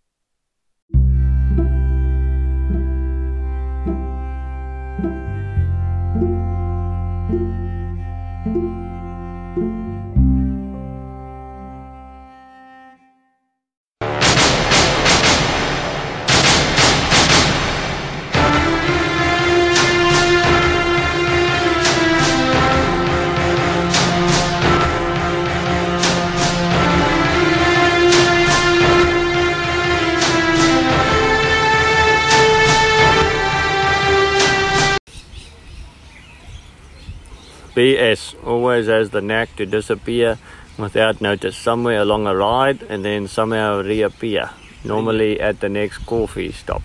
S3: BS always has the knack to disappear without notice somewhere along a ride and then somehow reappear, normally at the next coffee stop.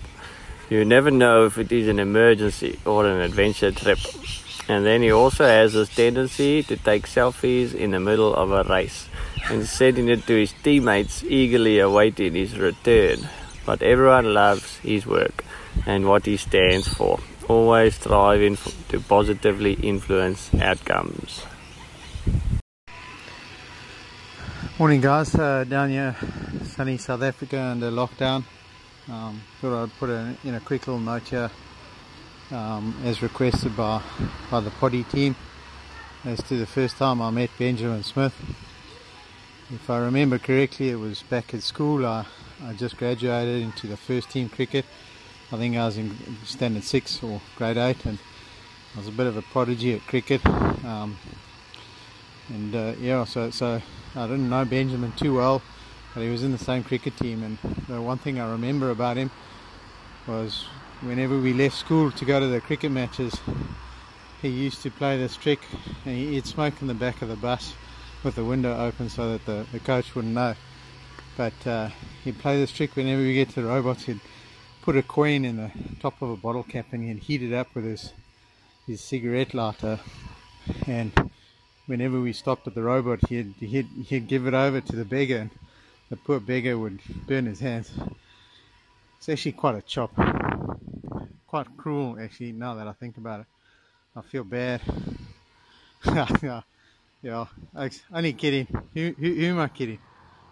S3: You never know if it is an emergency or an adventure trip. And then he also has this tendency to take selfies in the middle of a race and sending it to his teammates eagerly awaiting his return. But everyone loves his work and what he stands for, always striving f- to positively influence outcomes.
S1: Morning, guys. Uh, down here, sunny South Africa under lockdown. Um, thought I'd put in, in a quick little note here, um, as requested by by the potty team, as to the first time I met Benjamin Smith. If I remember correctly, it was back at school. I, I just graduated into the first team cricket. I think I was in standard six or grade eight, and I was a bit of a prodigy at cricket. Um, and uh, yeah, so so I didn't know Benjamin too well, but he was in the same cricket team. And the one thing I remember about him was whenever we left school to go to the cricket matches, he used to play this trick, and he- he'd smoke in the back of the bus with the window open so that the, the coach wouldn't know. But uh, he'd play this trick whenever we get to the robots. He'd put a coin in the top of a bottle cap and he'd heat it up with his his cigarette lighter, and whenever we stopped at the robot, he'd, he'd, he'd give it over to the beggar, and the poor beggar would burn his hands. It's actually quite a chop. Quite cruel, actually, now that I think about it. I feel bad. I Yeah, ex- only kidding. Who, who, who am I kidding?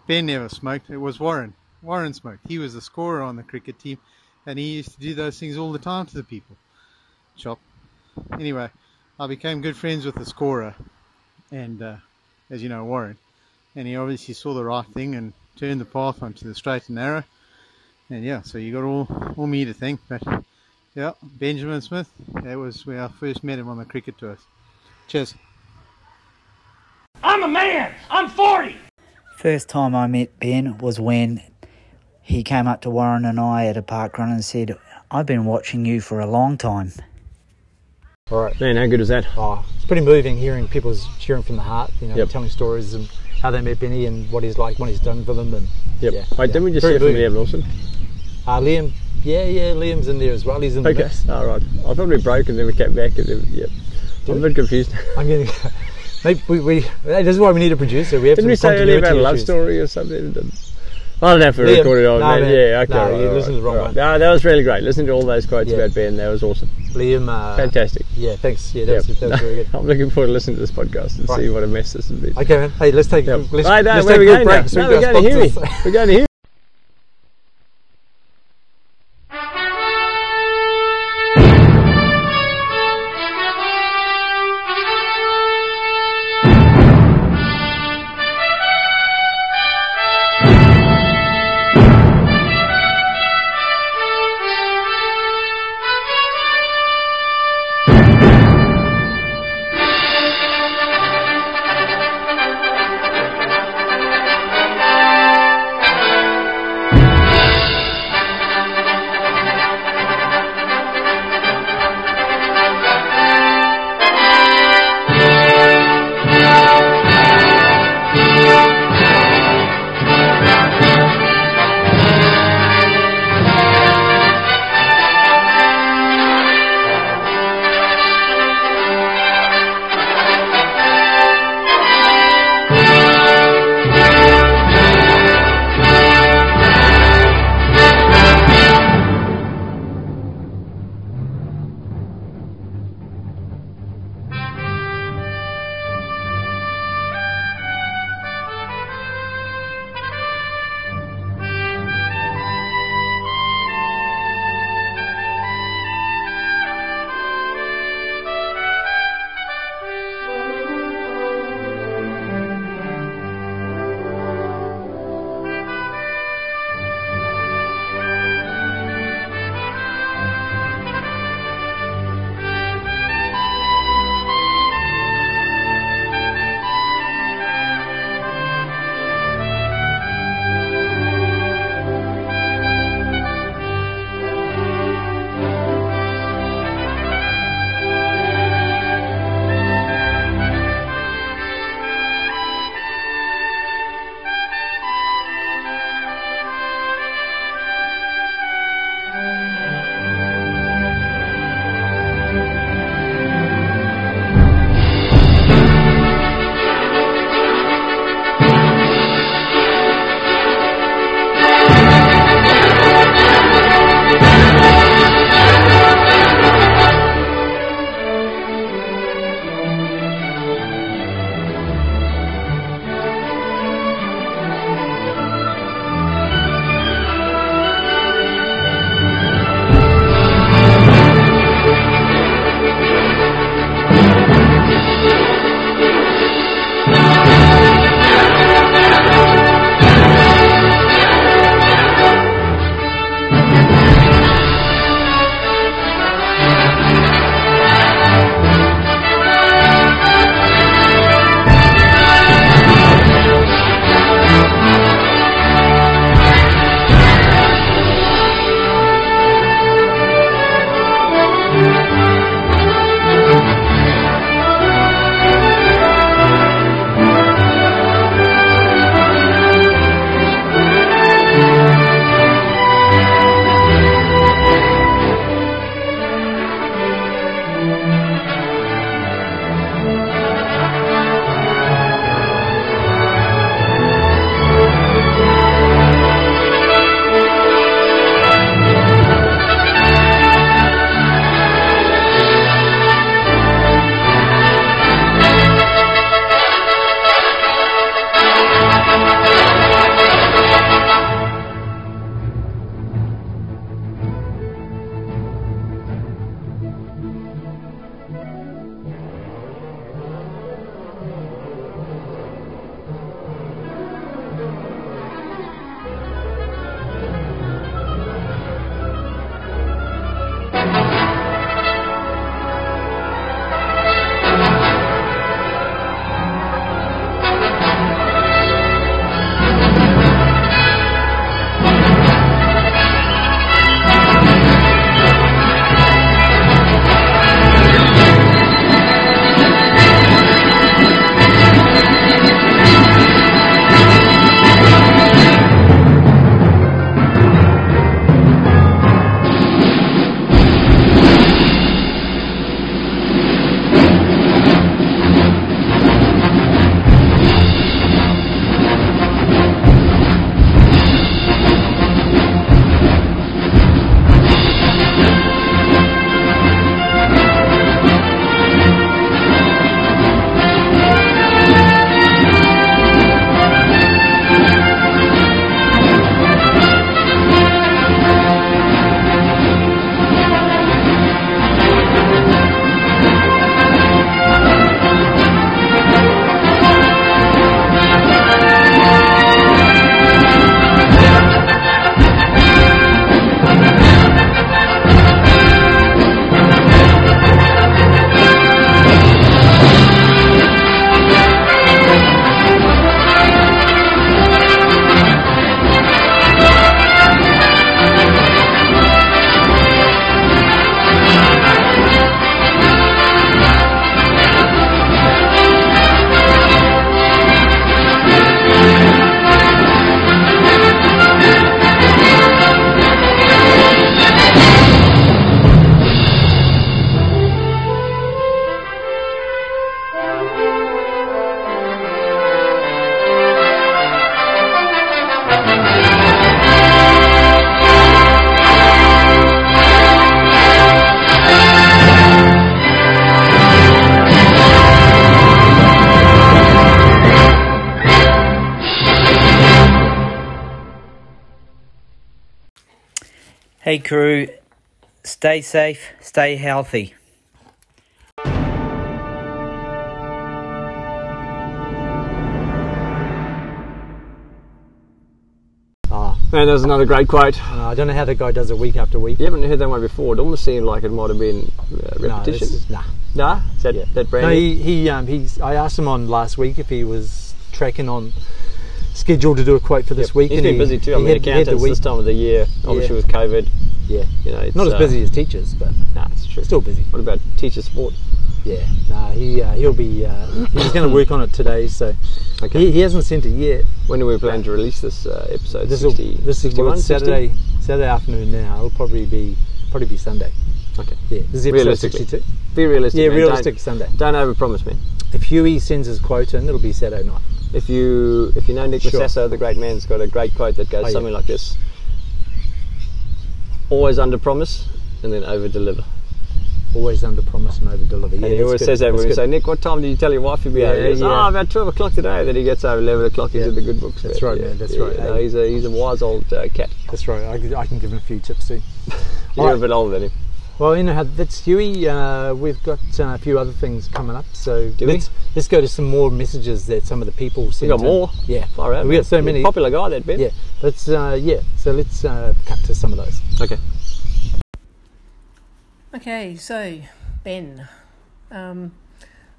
S1: Ben never smoked. It was Warren. Warren smoked. He was the scorer on the cricket team, and he used to do those things all the time to the people. Chop. Anyway, I became good friends with the scorer, and uh, as you know, Warren. And he obviously saw the right thing and turned the path onto the straight and narrow. And yeah, so you got all, all me to think. But yeah, Benjamin Smith, that was where I first met him on the cricket tours. Cheers.
S3: I'm a man. I'm 40.
S21: First time I met Ben was when he came up to Warren and I at a park run and said, I've been watching you for a long time.
S3: All right. Man, how good is that?
S4: Oh, it's pretty moving hearing people's cheering from the heart, you know,
S3: Yep.
S4: telling stories and how they met Benny and what he's like, what he's done for them. And
S3: Yep.
S4: yeah,
S3: Wait,
S4: yeah.
S3: didn't we just
S4: Very
S3: hear from
S4: moving.
S3: Liam Lawson?
S4: Uh, Liam, yeah, yeah, Liam's in there as well. He's in the
S3: Okay.
S4: mix.
S3: All right. I thought we broke and then we kept back. And then, yep. I'm a bit confused.
S4: I'm getting. Maybe we, we, this is why we need a producer. We have
S3: Didn't
S4: some
S3: we say earlier about a
S4: continuity
S3: love
S4: issues.
S3: story or something? I don't know if we
S4: Liam,
S3: recorded all
S4: no,
S3: that.
S4: man.
S3: Yeah, okay.
S4: No,
S3: right,
S4: you
S3: all
S4: listened to the
S3: right,
S4: wrong
S3: all
S4: one.
S3: right. No, that was really great. Listen to all those quotes about Ben. That was awesome.
S4: Liam, uh,
S3: Fantastic.
S4: Yeah, thanks. Yeah, that was- that was very good.
S3: I'm looking forward to listening to this podcast and
S4: Right.
S3: see what a mess this has been.
S4: Okay, man. Hey, let's take.
S3: Yep.
S4: Let's,
S3: Right, no,
S4: let's
S3: where
S4: take
S3: we
S4: a quick
S3: going
S4: break.
S3: now?
S4: so we
S3: No,
S4: can
S3: we're
S4: get
S3: going to
S4: our
S3: Huey.
S4: sponsors.
S3: We're going to Huey.
S22: Thank you.
S2: Hey crew, stay safe, stay healthy.
S3: Ah.
S23: And there's another great quote.
S11: I don't know how the guy does it week after week.
S23: You haven't heard that one before. It almost seemed like it might have been uh, repetition.
S11: No, this is- nah.
S23: Nah? Is that, that brand
S4: No,
S23: new?
S4: he, he um he's I asked him on last week if he was tracking on schedule to do a quote for this
S23: Yep.
S4: week.
S23: He's
S4: and
S23: been
S4: he-
S23: busy too. I
S4: he
S23: mean,
S4: had- he had the
S23: accountants this
S4: week-
S23: time of the year, obviously with COVID.
S4: Yeah.
S23: You know, it's,
S4: Not as
S23: uh,
S4: busy as teachers, but
S23: nah, it's true.
S4: Still busy.
S23: What about teacher sport?
S4: Yeah, nah, he uh, he'll be uh, he's going to work on it today. So he, he hasn't sent it yet.
S23: When do we plan to release this uh, episode?
S4: This,
S23: 60,
S4: will, this is well,
S23: 61,
S4: it's
S23: 60?
S4: Saturday Saturday afternoon now. It'll probably be probably be Sunday.
S23: Okay.
S4: Yeah. This is episode
S23: Realistically.
S4: 62.
S23: Be realistic.
S4: Yeah,
S23: man.
S4: realistic
S23: Don't-
S4: Sunday.
S23: Don't overpromise, man.
S4: If Huey sends his quote in, it'll be Saturday night.
S23: If you if you know Nick
S4: Sure.
S23: Massasso, the great man's got a great quote that goes
S4: Oh, yeah.
S23: something like this: "Always under promise and then over deliver."
S4: Always under promise and over deliver.
S23: and
S4: Yeah,
S23: he
S4: that's
S23: always
S4: good.
S23: says that when
S4: That's
S23: we
S4: good.
S23: say, "Nick, what time did you tell your wife you'd be
S4: Yeah,
S23: out?" He goes,
S4: yeah.
S23: "Ah, about twelve o'clock today." Then he gets over eleven o'clock
S4: Yeah.
S23: into the good books.
S4: That's right, man, that's right.
S23: no, he's a he's a wise old uh, cat.
S4: That's right. I, I can give him a few tips too.
S23: You're
S4: Alright.
S23: a bit older than him.
S4: Well, you know how that's Huey. Uh, we've got uh, a few other things coming up, so
S23: Do we?
S4: let's let's go to some more messages that some of the people sent.
S23: got
S4: in.
S23: more?
S4: Yeah,
S23: Far out,
S4: We
S23: man.
S4: got so
S23: You're a
S4: many.
S23: popular guy, that Ben.
S4: Yeah, let's uh, yeah. So let's uh, cut to some of those.
S23: Okay.
S24: Okay, so Ben. Um,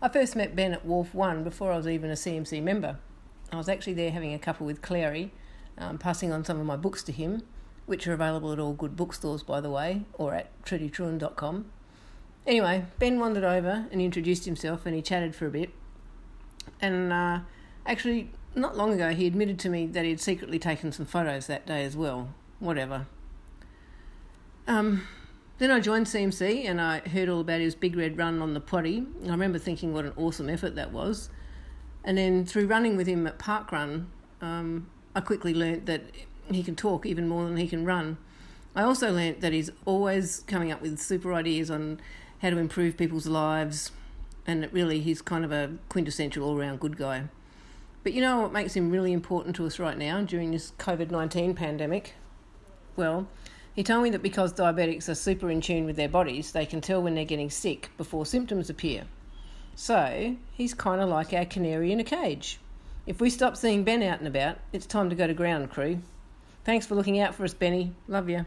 S24: I first met Ben at Wharf 1 before I was even a CMC member. I was actually there having a couple with Clary, um, passing on some of my books to him, which are available at all good bookstores, by the way, or at trudytruan.com. Anyway, Ben wandered over and introduced himself and he chatted for a bit. And uh, actually, not long ago, he admitted to me that he had secretly taken some photos that day as well. Whatever. Um, then I joined CMC and I heard all about his big red run on the potty. I remember thinking what an awesome effort that was. And then through running with him at Parkrun, um, I quickly learnt that he can talk even more than he can run. I also learnt that he's always coming up with super ideas on how to improve people's lives, and that really he's kind of a quintessential all round good guy. But you know what makes him really important to us right now during this COVID 19 pandemic? Well, he told me that because diabetics are super in tune with their bodies, they can tell when they're getting sick before symptoms appear. So, he's kind of like our canary in a cage. If we stop seeing Ben out and about, it's time to go to ground, crew. Thanks for looking out for us, Benny. Love you.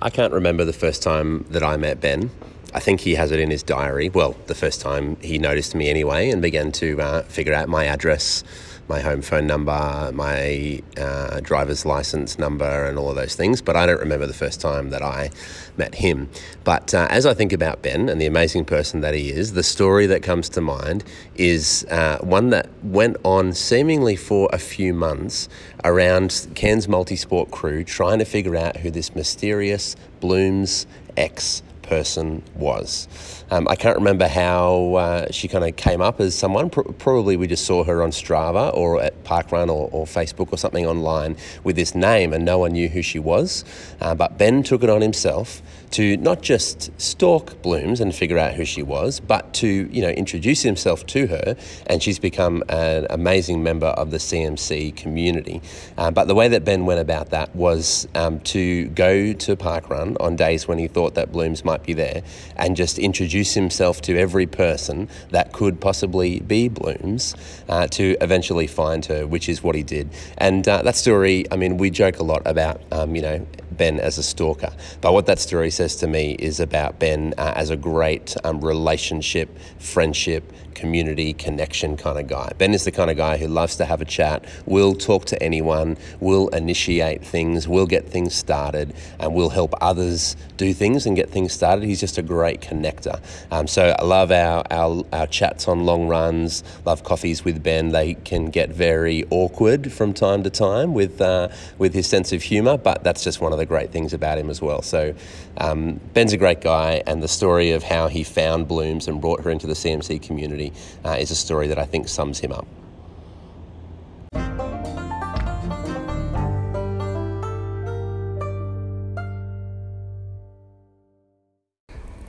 S25: I can't remember the first time that I met Ben. I think he has it in his diary. Well, the first time he noticed me anyway and began to uh, figure out my address, my home phone number, my uh, driver's license number, and all of those things. But I don't remember the first time that I met him. But uh, as I think about Ben and the amazing person that he is, the story that comes to mind is uh, one that went on seemingly for a few months around Cairns Multisport crew trying to figure out who this mysterious Blooms ex person was. Um, I can't remember how uh, she kind of came up as someone. Pro- probably we just saw her on Strava or at Parkrun or, or Facebook or something online with this name, and no one knew who she was. Uh, but Ben took it on himself to not just stalk Blooms and figure out who she was, but to you know introduce himself to her, and she's become an amazing member of the CMC community. Uh, but the way that Ben went about that was um, to go to Parkrun on days when he thought that Blooms might be there, and just introduce himself to every person that could possibly be Blooms uh, to eventually find her, which is what he did. And uh, that story, I mean, we joke a lot about um, you know Ben as a stalker. But what that story says to me is about Ben uh, as a great um, relationship, friendship, community, connection kind of guy. Ben is the kind of guy who loves to have a chat, will talk to anyone, will initiate things, will get things started, and will help others do things and get things started. He's just a great connector. Um, so I love our, our, our chats on long runs, love coffees with Ben. They can get very awkward from time to time with, uh, with his sense of humour, but that's just one of the great things about him as well. So um, Ben's a great guy, and the story of how he found Blooms and brought her into the CMC community uh, is a story that I think sums him up.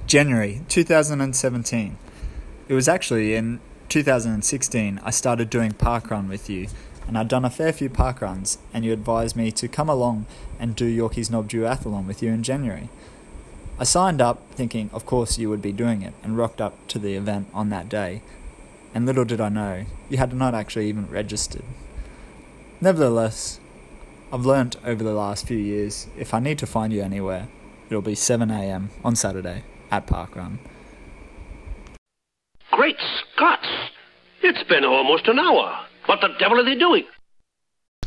S26: January 2017. It was actually an
S5: 2016, I started doing parkrun with you, and I'd done a fair few parkruns, and you advised me to come along and do Yorkie's Knob Duathlon with you in January. I signed up thinking, of course, you would be doing it, and rocked up to the event on that day. And little did I know, you had not actually even registered. Nevertheless, I've learnt over the last few years if I need to find you anywhere, it'll be 7am on Saturday at Parkrun.
S8: Great Scots! It's been almost an hour. What the devil are they doing?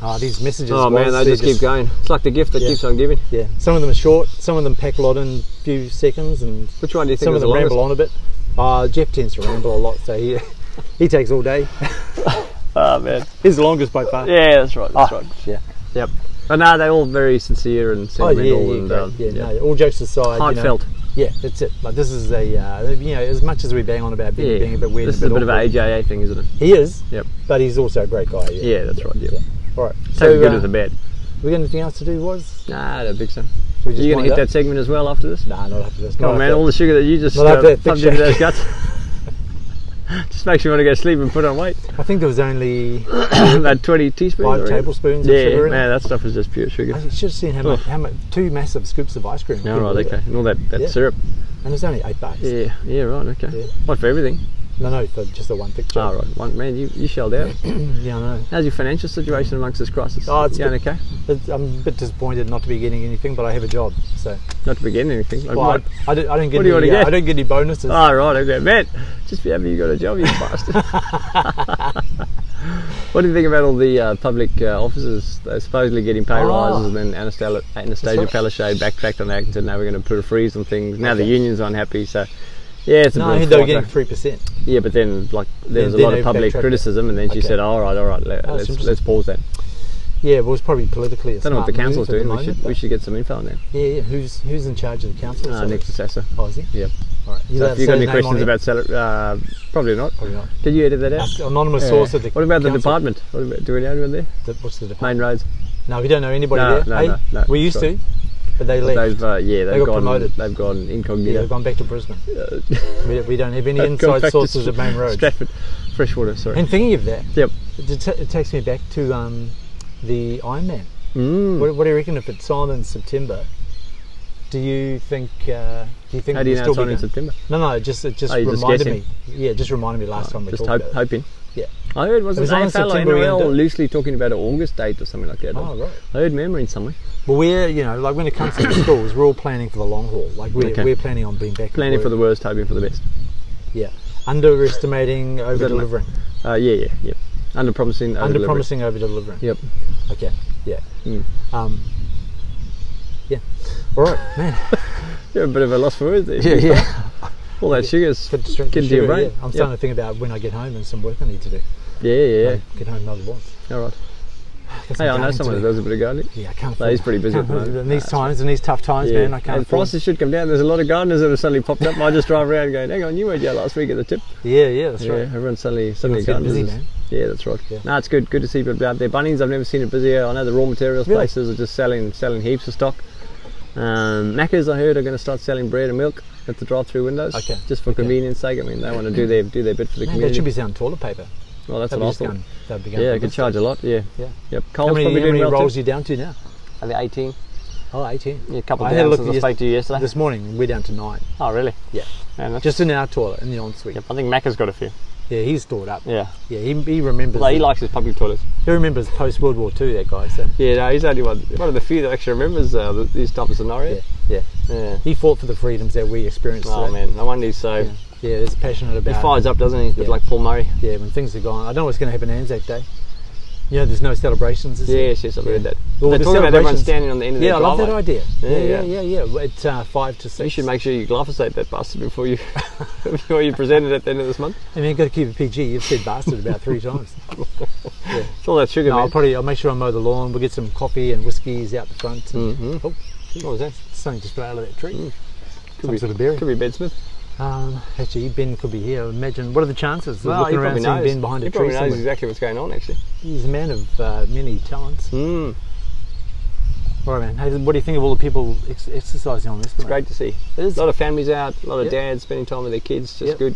S4: Oh, these messages.
S3: Oh
S4: whilst
S3: man, they
S4: they're
S3: just keep going. It's like the gift that
S4: Yeah.
S3: keeps on giving.
S4: Yeah. Some of them are short. Some of them pack a lot in a few seconds, and
S3: which one do you think
S4: Some
S3: was
S4: of them
S3: the
S4: ramble on a bit. Uh, Jeff tends to ramble a lot, so he he takes all day.
S3: Oh man.
S4: He's the longest by far.
S3: Yeah, that's right. That's
S4: Ah,
S3: right.
S4: Yeah.
S3: Yep. But no, they're all very sincere and
S4: Oh yeah, yeah,
S3: sentimental and
S4: great.
S3: um,
S4: yeah, No, all jokes aside,
S3: Heartfelt.
S4: You know, yeah, that's it. Like this is a uh, you know as much as we bang on about being,
S3: Yeah.
S4: being a bit weird.
S3: This
S4: and
S3: is a bit of
S4: awkward,
S3: an AJA thing, isn't it?
S4: He is.
S3: Yep.
S4: But he's also a great guy. Yeah.
S3: Yeah, that's right. Yep.
S4: All right. uh,
S3: Take the good with the bad.
S4: We got anything else to do, was?
S3: Nah, I don't think so.
S4: we just
S3: you going
S4: wind
S3: to hit
S4: up?
S3: that segment as well after this?
S4: Nah, not after this.
S3: Come
S4: Not
S3: on, man.
S4: after-
S3: All the sugar that you just
S4: Not
S3: uh,
S4: after that thick
S3: pumped into
S4: shake.
S3: those guts. just makes you want to go to sleep and put on weight.
S4: I think there was only
S3: About 20 teaspoons.
S4: Five
S3: I reckon.
S4: tablespoons of
S3: Yeah,
S4: sugar in
S3: man, that stuff is just pure sugar.
S4: I should have seen how much, how much two massive scoops of ice cream.
S3: No, right,
S4: Couldn't believe
S3: okay.
S4: it.
S3: And Oh. all that, that
S4: Yeah.
S3: syrup.
S4: And it's only eight bucks.
S3: Yeah, yeah, right, okay.
S4: Yeah.
S3: What, for everything?
S4: No, no, for just the one picture.
S3: Oh, right. One, man, you, you shelled out.
S4: Mm, yeah, I know.
S3: How's your financial situation amongst this crisis?
S4: Oh, it's
S3: going
S4: good.
S3: okay?
S4: It's- I'm a bit disappointed not to be getting anything, but I have a job, so.
S3: Not to begin anything. Like
S4: Well,
S3: what?
S4: I, I, don't, I don't get
S3: What do you
S4: any.
S3: wanna
S4: uh,
S3: get?
S4: I don't get any bonuses.
S3: Oh, right, okay. Man, just be happy you got a job, you bastard. what do you think about all the uh, public uh, officers They're supposedly getting pay
S4: Oh.
S3: rises and then Anastasia, Anastasia
S4: right.
S3: Palaszczuk backtracked on that and said, no, we're going to put a freeze on things. Now the union's unhappy, so yeah, it's a bit
S4: no,
S3: of
S4: they were
S3: frother.
S4: getting three percent.
S3: Yeah, but then like
S4: Then-
S3: there was a
S4: then
S3: lot
S4: they
S3: of public
S4: backtracked.
S3: criticism, and then she
S4: Okay.
S3: said, "All right, all right, let,
S4: Oh, that's
S3: let's
S4: interesting.
S3: let's pause that."
S4: Yeah, well, it's probably politically. I
S3: don't know what the council's doing. we should we should get some info on that.
S4: Yeah, yeah. Who's who's in charge of the council?
S3: Uh,
S4: Sorry.
S3: Nick Sasser.
S4: Oh, is he?
S3: Yep.
S4: All right.
S3: so
S4: allowed
S3: if
S4: to say
S3: you got any
S4: his name on
S3: questions
S4: here?
S3: about salary, uh, probably not.
S4: Probably not.
S3: Did you edit that out?
S4: That's anonymous source of the
S3: What about the
S4: council.
S3: department? What about, do we know anyone there?
S4: The- what's the
S3: Main roads.
S4: No, we don't know anybody
S3: No,
S4: there.
S3: no,
S4: hey,
S3: no, no,
S4: we used
S3: sorry.
S4: to, but they
S3: But
S4: left.
S3: They've, uh,
S4: They
S3: yeah, they've
S4: got
S3: gone.
S4: promoted.
S3: They've gone
S4: yeah,
S3: incognito.
S4: they've gone back to Brisbane. we, we don't have any
S3: They've gone
S4: inside
S3: back to
S4: sources of main roads.
S3: Stratford, freshwater. Sorry.
S4: And thinking of that,
S3: Yep.
S4: it, t- it takes me back to um, the Iron Man.
S3: Mm.
S4: What, what do you reckon if it's on in September? Do you think? Uh, do you think?
S3: How do you know
S4: it'll still
S3: it's on
S4: be
S3: in
S4: going-
S3: September?
S4: No, no. It just it just
S3: Oh, you're just
S4: reminded me.
S3: guessing.
S4: Yeah, it just reminded me last time we
S3: Just
S4: talked about
S3: hope,
S4: it.
S3: hoping.
S4: Yeah.
S3: I heard was
S4: It
S3: it
S4: was
S3: was
S4: on in
S3: AFL
S4: September we
S3: NRL
S4: ended up-
S3: loosely talking about an August date or something like that.
S4: Oh, right.
S3: I heard memory somewhere.
S4: Well, we're you know like when it comes to the schools, we're all planning for the long haul. Like we're,
S3: Okay.
S4: we're planning on being back. at
S3: Planning for
S4: work.
S3: the worst, hoping for the best.
S4: yeah, underestimating,
S3: Is
S4: over
S3: that
S4: delivering,
S3: enough? Uh, yeah, yeah, yeah. Under promising,
S4: under promising, over delivering.
S3: Yep.
S4: Okay. Yeah.
S3: Mm.
S4: Um, yeah. All right, man.
S3: You're a bit of a loss for words there.
S4: Yeah, yeah.
S3: All that sugar's
S4: Got
S3: getting to your
S4: Sugar,
S3: brain.
S4: yeah. I'm starting to think about when I get home and some work I need to do.
S3: Yeah, yeah. yeah.
S4: Get home another one.
S3: All
S4: Got
S3: right.
S4: some
S3: Hey, I know
S4: gardening to
S3: someone that
S4: do.
S3: does a bit of gardening.
S4: Yeah, I can't.
S3: No, he's pretty busy at
S4: Can't
S3: the
S4: afford it.
S3: moment.
S4: in these times, in these tough times, man, I can't.
S3: and prices should come down. There's a lot of gardeners that have suddenly popped up. and I just drive around going, "Hang on, you weren't here last week at the tip."
S4: Yeah, yeah, that's
S3: yeah,
S4: right.
S3: Everyone's suddenly suddenly
S4: Everyone's getting
S3: gardeners.
S4: busy, man.
S3: Yeah, that's right. No, it's good. Good to see people out there. Bunnings, I've never seen it busier. I know the raw materials
S4: Really?
S3: places are just selling selling heaps of stock. Um, Macca's, I heard, are going to start selling bread and milk at the drive-through windows.
S4: Okay.
S3: Just for convenience' sake. I mean, they want to do their do their bit for the
S4: Man,
S3: community.
S4: that should be selling toilet paper.
S3: well, that's
S4: They'd
S3: what
S4: be
S3: I
S4: just
S3: thought.
S4: going- they'd be going
S3: Yeah,
S4: for
S3: I could
S4: this
S3: charge a lot. Yeah.
S4: Yeah.
S3: Yep.
S4: how
S3: Coles
S4: many,
S3: probably
S4: how
S3: doing
S4: many
S3: well too.
S4: rolls are you down to now?
S3: Are they 18?
S4: Oh, 18.
S3: Yeah, a couple
S4: I
S3: of
S4: had a
S3: days
S4: look
S3: since
S4: at
S3: I spoke to you yesterday.
S4: This morning, we're down to nine.
S3: Oh, really?
S4: Yeah.
S3: Man, that's-
S4: Just in our toilet, in the ensuite.
S3: I think Mac has got a few.
S4: Yeah, he's stored up.
S3: Yeah.
S4: Yeah, he, he remembers.
S3: Well, he likes his public toilets.
S4: He remembers post World War II, that guy. So
S3: Yeah, no, he's only one, one of the few that actually remembers uh, th- these type of scenarios.
S4: yeah,
S3: yeah.
S4: he fought for the freedoms that we experienced.
S3: Oh
S4: today.
S3: man, no wonder he's so.
S4: uh, Yeah, he's passionate about.
S3: He fires up, doesn't he? A bit
S4: Yeah.
S3: like Paul Murray.
S4: Yeah, when things are gone, I don't know what's going to happen Anzac Day. You know, there's no celebrations. Is
S3: Yes, yes, I've heard that.
S4: Well,
S3: They're
S4: the
S3: talking about everyone
S4: celebrations-
S3: standing on the end of
S4: yeah,
S3: their
S4: I love that
S3: driveway.
S4: idea. Yeah,
S3: Yeah,
S4: yeah, yeah.
S3: yeah.
S4: yeah, Well, It's uh, five to six.
S3: You should make sure you glyphosate that bastard before you before you present it at the end of this month.
S4: I mean, you've got to keep it PG. You've said bastard about three times. Yeah.
S3: It's all that sugar,
S4: No,
S3: man.
S4: I'll probably I'll make sure I mow the lawn. We'll get some coffee and whiskies out the front. And,
S3: Mhm.
S4: Oh, geez,
S3: What was that? Mm.
S4: Something just fell out of that tree.
S3: Could
S4: some
S3: be-
S4: sort of berry.
S3: Could be Ben Smith.
S4: Um, actually, Ben could be here. Imagine what are the chances of
S3: Well,
S4: looking around
S3: probably
S4: seeing
S3: knows.
S4: Ben behind
S3: He
S4: a tree
S3: probably knows
S4: somewhere?
S3: exactly what's going on, actually.
S4: He's a man of uh, many talents.
S3: Mm.
S4: All right, man. Hey, what do you think of all the people ex- exercising on this?
S3: It's great to see.
S4: It is.
S3: A lot of families out, a lot of
S4: Yeah.
S3: dads spending time with their kids. Just
S4: Yep.
S3: good,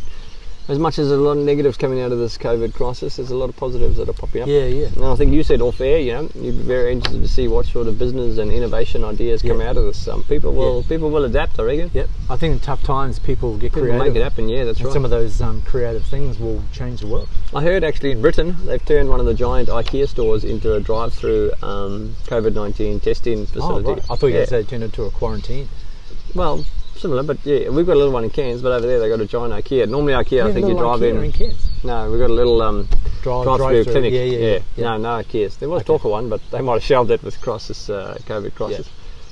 S3: as much as there's a lot of negatives coming out of this COVID crisis, there's a lot of positives that are popping up.
S27: Yeah, yeah.
S3: And I think you said off air, you know, you'd be very interested to see what sort of business and innovation ideas come out of this. Um, people will people will adapt, I reckon.
S4: Yep. I think in tough times, people get
S3: People
S4: creative.
S3: make it happen, yeah, that's
S4: and
S3: right.
S4: Some of those um, creative things will change the world.
S3: I heard actually in Britain they've turned one of the giant IKEA stores into a drive-through um, COVID nineteen testing facility.
S4: Oh, right. I thought you
S3: Yeah.
S4: guys said it turned into a quarantine.
S3: Well, similar, but yeah, we've got a little one in Cairns, but over there they got a giant IKEA. Normally IKEA, I
S4: Yeah,
S3: think you
S4: little
S3: drive
S4: IKEA
S3: in.
S4: in Cairns.
S3: No, we've got a little um,
S4: Drive-
S3: drive-through,
S4: Oh, drive-through,
S3: clinic.
S4: yeah, yeah, yeah,
S3: No, no IKEAs. There was talk of one, but they might have shelved it with crisis, uh, COVID crisis.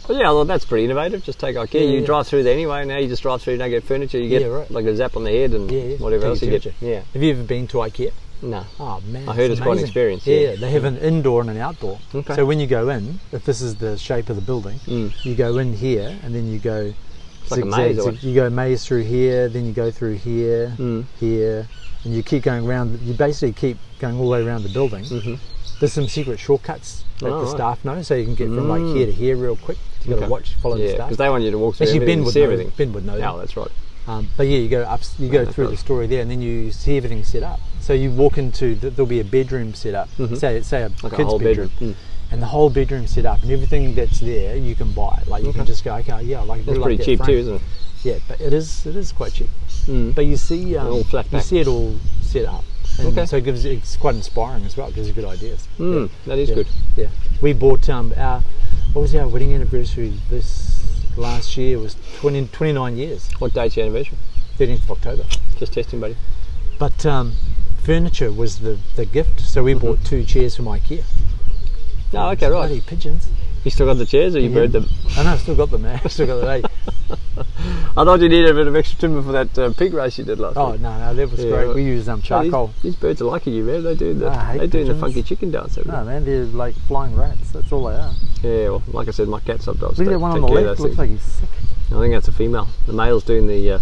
S3: But yeah, well, that's pretty innovative. Just take IKEA.
S4: Yeah,
S3: you
S4: yeah.
S3: drive through there anyway. Now you just drive through. You don't get furniture. You get
S4: Yeah, right.
S3: like a zap on the head and
S4: Yeah, yeah.
S3: whatever
S4: Take
S3: else you
S4: your
S3: get.
S4: temperature.
S3: Yeah.
S4: Have you ever been to IKEA?
S3: No.
S4: Oh man,
S3: I heard it's quite an
S4: amazing.
S3: experience,
S4: Yeah,
S3: yeah.
S4: they have an indoor and an outdoor.
S3: Okay. Mm.
S4: So when you go in, if this is the shape of the building, you go in here and then you go
S3: It's like a maze or what? Mm.
S4: you go maze through here, then you go through here, here, and you keep going around. You basically keep going all the way around the building. There's some secret shortcuts that
S3: Mm-hmm. Oh,
S4: the
S3: right.
S4: staff know, so you can get from like
S3: Mm.
S4: here to here real quick. You got to
S3: Okay.
S4: watch, follow
S3: yeah,
S4: the staff.
S3: because they want you to walk through
S4: Actually,
S3: everything
S4: Ben
S3: and
S4: would
S3: see
S4: know.
S3: everything.
S4: Ben would know.
S3: No,
S4: that.
S3: that's right.
S4: Um, but yeah, you go up, you
S3: Yeah,
S4: go
S3: no
S4: through the story there, and then you see everything set up. So you walk into th- there'll be a bedroom set up,
S3: Mhm.
S4: say say a
S3: Like a
S4: kid's
S3: whole bedroom. Mm.
S4: bedroom, and the whole bedroom set up, and everything that's there you can buy. Like you
S3: Okay.
S4: can just go, okay, yeah, I like really
S3: That's
S4: like
S3: pretty
S4: that
S3: cheap too,
S4: frame."
S3: isn't it?
S4: Yeah, but it is it is quite cheap.
S3: Mm.
S4: But you see, um,
S3: all flat
S4: you
S3: pack.
S4: see it all set up, and
S3: Okay.
S4: so it gives it's quite inspiring as well. It gives you good ideas.
S3: Mm, that is
S4: Yeah.
S3: good.
S4: Yeah, we bought um, our what was our wedding anniversary this last year was 20, 29 years.
S3: What date's your anniversary?
S4: Thirteenth of October.
S3: Just testing, buddy.
S4: But um, furniture was the, the gift, so we bought two chairs from IKEA. Ah,
S3: Oh, okay, right.
S4: Bloody pigeons.
S3: You still got the chairs, or you
S4: Yeah.
S3: buried them?
S4: I know, I've still got them, man. I've still got them. eh?
S3: I thought you needed a bit of extra timber for that uh, pig race you did last
S4: Oh
S3: week.
S4: no, no, that was
S3: Yeah,
S4: great.
S3: right.
S4: We used um,
S3: Oh, these-
S4: charcoal. Ah,
S3: These, birds are liking you, man. They do the
S4: I hate
S3: they doing the
S4: pigeons.
S3: funky chicken dance. over
S4: No man, they're like flying rats. That's all they are.
S3: there. Yeah, well, like I said, my cat sometimes.
S4: Look at that
S3: take-
S4: one on the
S3: take care of
S4: left.
S3: those
S4: Looks
S3: things.
S4: like he's sick.
S3: I think that's a female. The male's doing the uh,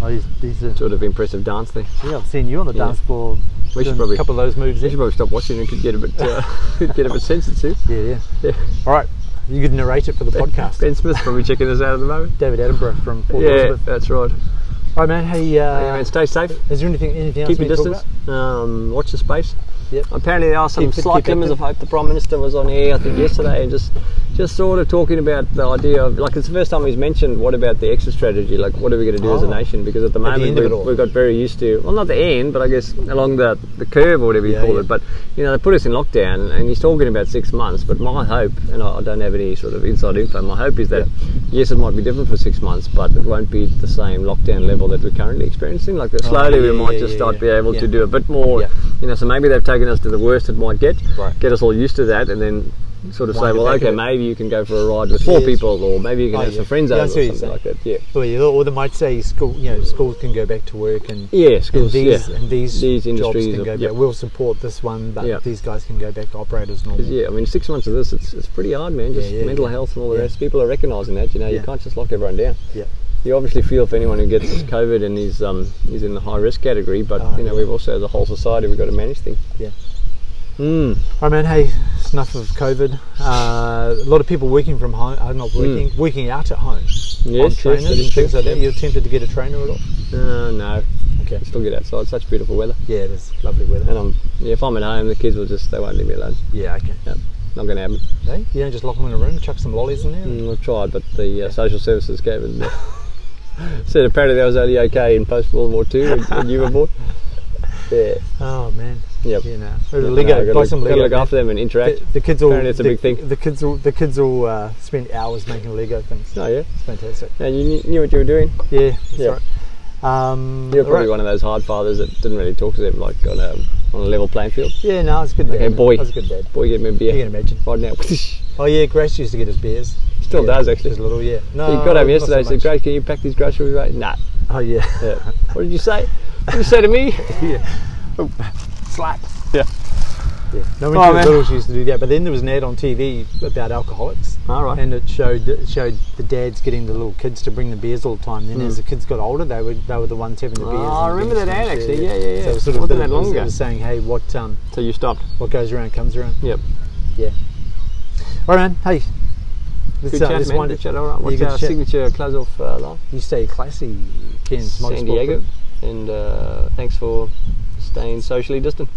S4: Oh, he's, he's a,
S3: sort of impressive dance thing.
S4: Yeah, I've seen you on the
S3: Yeah.
S4: dance floor.
S3: We
S4: doing
S3: should probably
S4: a couple of those moves.
S3: We should probably stop watching and could get a bit uh, could get a bit sensitive.
S4: Yeah, yeah.
S3: yeah.
S4: All right, you could narrate it for the podcast.
S3: Ben Smith's probably checking us out at the moment.
S4: David Attenborough from Port
S3: yeah,
S4: Elizabeth.
S3: that's right.
S4: All right, man. Hey, uh,
S3: Anyway, stay safe.
S4: Is there anything anything else
S3: Keep
S4: we
S3: your
S4: need to talk
S3: distance. Um, watch the space.
S4: Yep.
S3: Apparently, there are some
S4: Keep fit,
S3: slight
S4: keep
S3: glimmers of
S4: active.
S3: hope. The Prime Minister was on air, I think, yesterday, and just just sort of talking about the idea of like it's the first time he's mentioned what about the exit strategy? Like, what are we going to do as a
S4: Oh.
S3: nation? Because at the
S4: At the
S3: moment
S4: end of
S3: we've,
S4: it all.
S3: we've got very used to well, not the end, but I guess along the the curve or whatever you
S4: Yeah,
S3: call
S4: yeah.
S3: it. But you know, they put us in lockdown, and he's talking about six months. But my hope, and I, I don't have any sort of inside info, my hope is that yes, it might be different for six months, but it won't be the same lockdown level that we're currently experiencing. Like that
S4: Oh,
S3: slowly
S4: yeah,
S3: we might
S4: yeah,
S3: just
S4: yeah,
S3: start
S4: yeah.
S3: be able
S4: Yeah.
S3: to do a bit more
S4: Yeah.
S3: you know so maybe they've taken us to the worst it might get
S4: Right.
S3: get us all used to that and then sort of
S4: Wind
S3: say
S4: it
S3: well
S4: back a
S3: okay
S4: bit.
S3: maybe you can go for a ride with four
S4: Yes.
S3: people or maybe you can
S4: Oh,
S3: have
S4: yeah.
S3: some friends
S4: Yeah, I
S3: over or
S4: see what you're
S3: something like that yeah
S4: Well, yeah, or they might say school. You know, schools can go back to work, and
S3: Yeah, schools,
S4: and these
S3: yeah.
S4: and these,
S3: These
S4: jobs
S3: industries
S4: can
S3: are-
S4: go
S3: yep.
S4: back. We'll support this one, but
S3: Yeah.
S4: these guys can go back to operate as normal.
S3: 'Cause, yeah, I mean, six months of this, it's, it's pretty hard, man.
S4: Yeah,
S3: Just
S4: yeah,
S3: mental
S4: yeah.
S3: health and all the
S4: Yeah.
S3: rest. People are recognising that, you know, you
S4: Yeah.
S3: can't just lock everyone down.
S4: Yeah.
S3: You obviously feel for anyone who gets COVID and is, um, is in the high risk category, but,
S4: Oh,
S3: you know,
S4: yeah.
S3: we've also, as a whole society, we've got to manage things.
S4: Yeah.
S3: Mm.
S4: All right, man. Hey, it's enough of COVID. Uh, a lot of people working from home are not working, working out at home. on
S3: Mm. yes,
S4: trainers
S3: that is
S4: and things
S3: true.
S4: like that.
S3: Yeah.
S4: You're tempted to get a trainer at all?
S3: Uh, no.
S4: Okay.
S3: Still get outside. It's such beautiful weather.
S4: Yeah, it is lovely weather.
S3: And I'm, yeah, if I'm at home, the kids will just, they won't leave me alone.
S4: Yeah, okay.
S3: Yeah, not going to happen.
S4: Hey, you don't just lock them in a room, chuck some lollies in there.
S3: Mm, I've tried, but the uh, social services gave it. said apparently that was only okay in post World War Two when, when you were born. Yeah.
S4: Oh man.
S3: Yep.
S4: You know, or the Lego,
S3: No, gotta
S4: buy
S3: look-
S4: some
S3: gotta
S4: Lego.
S3: look
S4: man.
S3: after them and interact.
S4: The, the kids all.
S3: Apparently it's a
S4: the,
S3: big thing.
S4: The kids all. The kids all uh, spend hours making Lego things.
S3: Oh yeah.
S4: It's fantastic.
S3: Now you knew, knew what you were doing.
S4: Yeah. That's
S3: Yeah.
S4: Right. Um,
S3: You were probably
S4: right.
S3: one of those hard fathers that didn't really talk to them like on a on a level playing field.
S4: Yeah, no, it's good.
S3: Like,
S4: dad.
S3: hey, boy,
S4: that's a good dad.
S3: boy, get me a beer.
S4: You can imagine.
S3: Right now.
S4: Oh yeah, Grace used to get his beers.
S3: Still
S4: Yeah,
S3: does actually.
S4: His little yeah. No,
S3: he got
S4: not
S3: home yesterday.
S4: so
S3: said,
S4: much.
S3: "Grace, can you pack these groceries?" Right? Nah.
S4: Oh yeah.
S3: Yeah. What did you say? What did you say to me?
S4: yeah. Oh,
S3: Slap. Yeah.
S4: Yeah. No, when
S3: Oh, man.
S4: she was little, she used to do that. But then there was an ad on TV about alcoholics.
S3: All right.
S4: And it showed it showed the dads getting the little kids to bring the beers all the time. Then as the kids got older, they were they were the ones having the
S3: Hmm. Oh,
S4: beers. and
S3: I
S4: the
S3: remember
S4: beers
S3: that ad,
S4: finished.
S3: actually. Yeah, yeah,
S4: So
S3: yeah.
S4: it was sort of a
S3: Wasn't
S4: bit
S3: that
S4: of- it was-
S3: longer?
S4: It was saying, hey, what um,
S3: So you stopped.
S4: what goes around comes around.
S3: Yep.
S4: Yeah. All right, man. Hey. Let's,
S3: Good
S4: uh,
S3: chat,
S4: let's
S3: man.
S4: wind
S3: Good
S4: it-
S3: chat. All right.
S4: Yeah,
S3: What's
S4: good
S3: our
S4: chat.
S3: signature close off uh, line?
S4: You stay classy, Ken's
S3: San Diego. and uh, thanks for staying socially distant.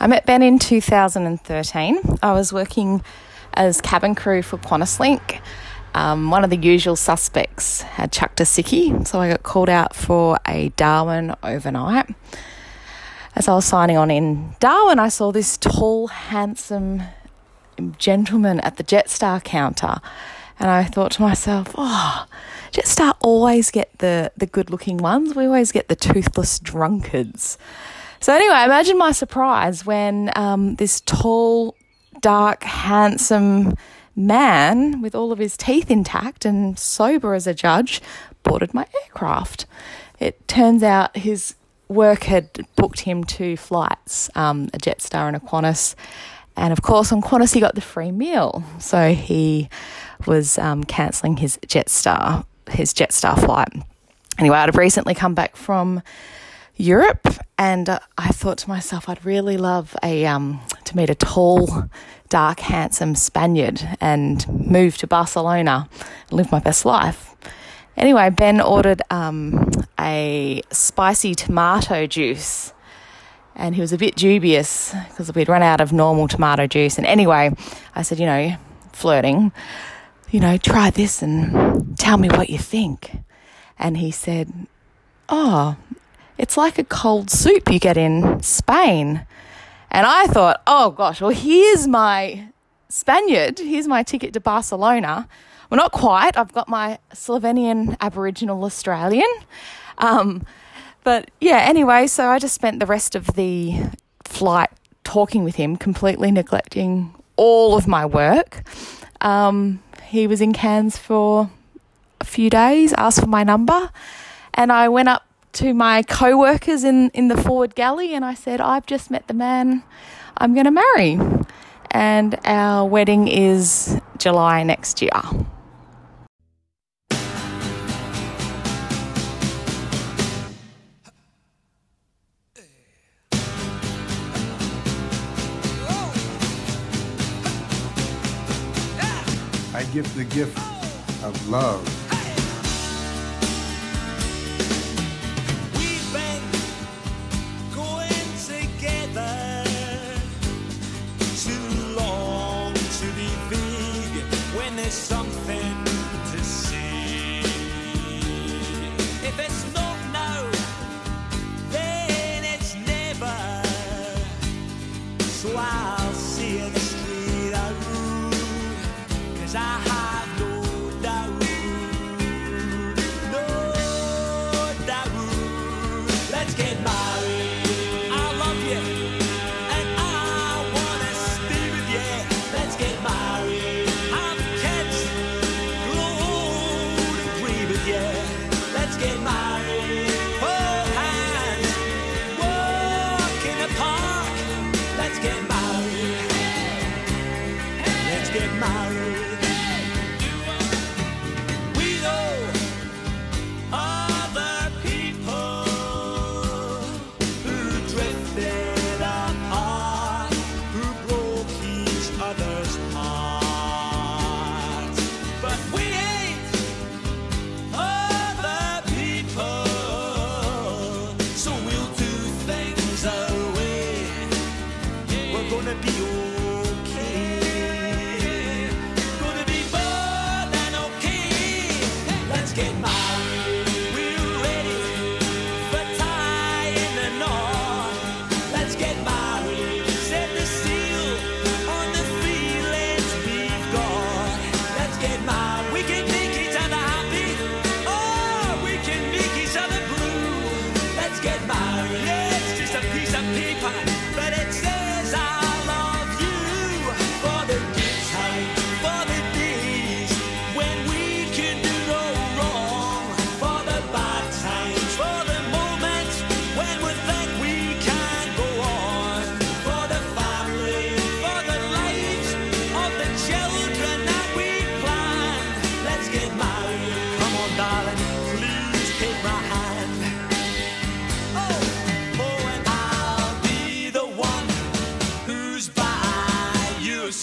S12: I met Ben in 2013. I was working as cabin crew for QantasLink. Um, one of the usual suspects had chucked a sickie, so I got called out for a Darwin overnight. As I was signing on in Darwin, I saw this tall, handsome gentleman at the Jetstar counter, and I thought to myself, oh, Jetstar always get the, the good looking ones, we always get the toothless drunkards. So, anyway, imagine my surprise when um, this tall, dark, handsome man with all of his teeth intact and sober as a judge boarded my aircraft. It turns out his work had booked him two flights um, a Jetstar and a Qantas. And of course, on Qantas, he got the free meal. So he was um, cancelling his Jetstar, his Jetstar flight. Anyway, I'd recently come back from Europe, and uh, I thought to myself, I'd really love a um, to meet a tall, dark, handsome Spaniard and move to Barcelona and live my best life. Anyway, Ben ordered um, a spicy tomato juice, and he was a bit dubious because we'd run out of normal tomato juice. And anyway, I said, you know, flirting, you know, try this and tell me what you think. And he said, oh. It's like a cold soup you get in Spain. And I thought, oh gosh, well, here's my Spaniard. Here's my ticket to Barcelona. Well, not quite. I've got my Slovenian Aboriginal Australian. Um, but yeah, anyway, so I just spent the rest of the flight talking with him, completely neglecting all of my work. Um, he was in Cairns for a few days, asked for my number, and I went up to my co-workers in, in the forward galley and I said, I've just met the man I'm going to marry. And our wedding is July next year.
S7: I give the gift of love. gonna be okay. Gonna Oh, Oh,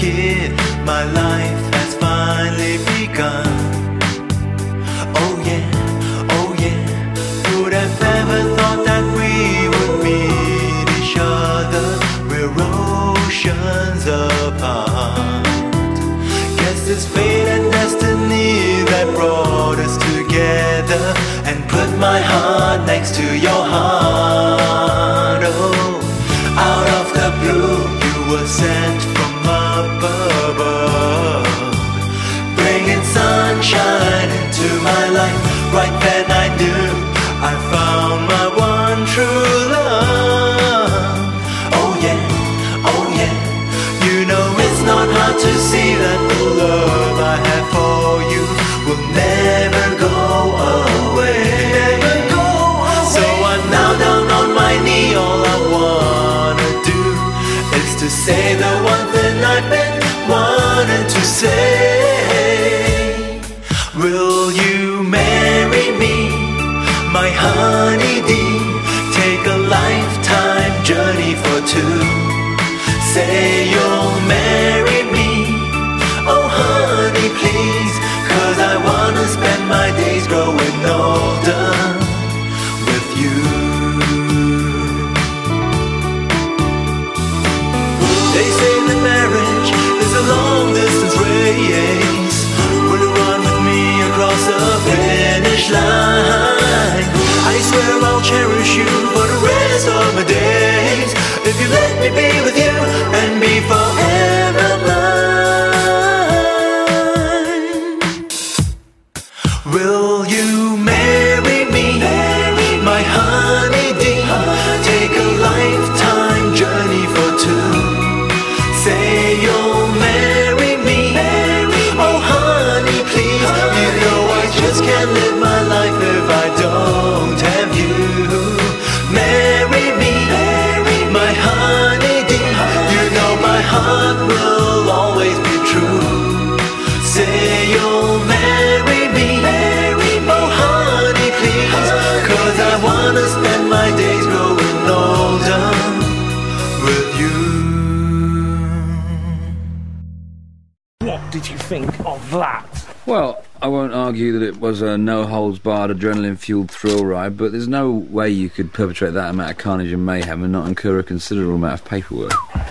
S13: kid, my life has finally begun. Oh yeah, oh yeah, who'd have ever thought that we would meet each other? We're oceans apart. Guess it's fate and destiny that brought us together and put my heart next to your heart. Oh, out of the blue, you were sent from up above, bringing sunshine into my life. Right then I knew I found my one true love. Oh yeah, oh yeah. You know it's not hard to see that the love I have for you will never go away. Never go away. So I'm now down on my knee. All I wanna do is to say the one thing I've been wanting to say. Will you marry me, my honeydee? Take a lifetime journey for two. Say you'll marry me. Oh, honey, please. Cause I wanna spend my days growing older with you. They say that marriage is a long distance race. Will you run with me across the finish line? I swear I'll cherish you for the rest of my days. If you let me be with you and be forever mine. Will you marry me, my honey dear? Take a lifetime journey for two. Say you'll marry me, oh honey please. You know I just can't live my life if I don't have you. Marry me, my honey dear. You know my heart will always be true. Say you'll marry me, oh honey, please. Cause I wanna spend my days growing older with you.
S14: What did you think of that?
S16: Well, I won't argue that it was a no holds barred, adrenaline fueled thrill ride, but there's no way you could perpetrate that amount of carnage and mayhem and not incur a considerable amount of paperwork.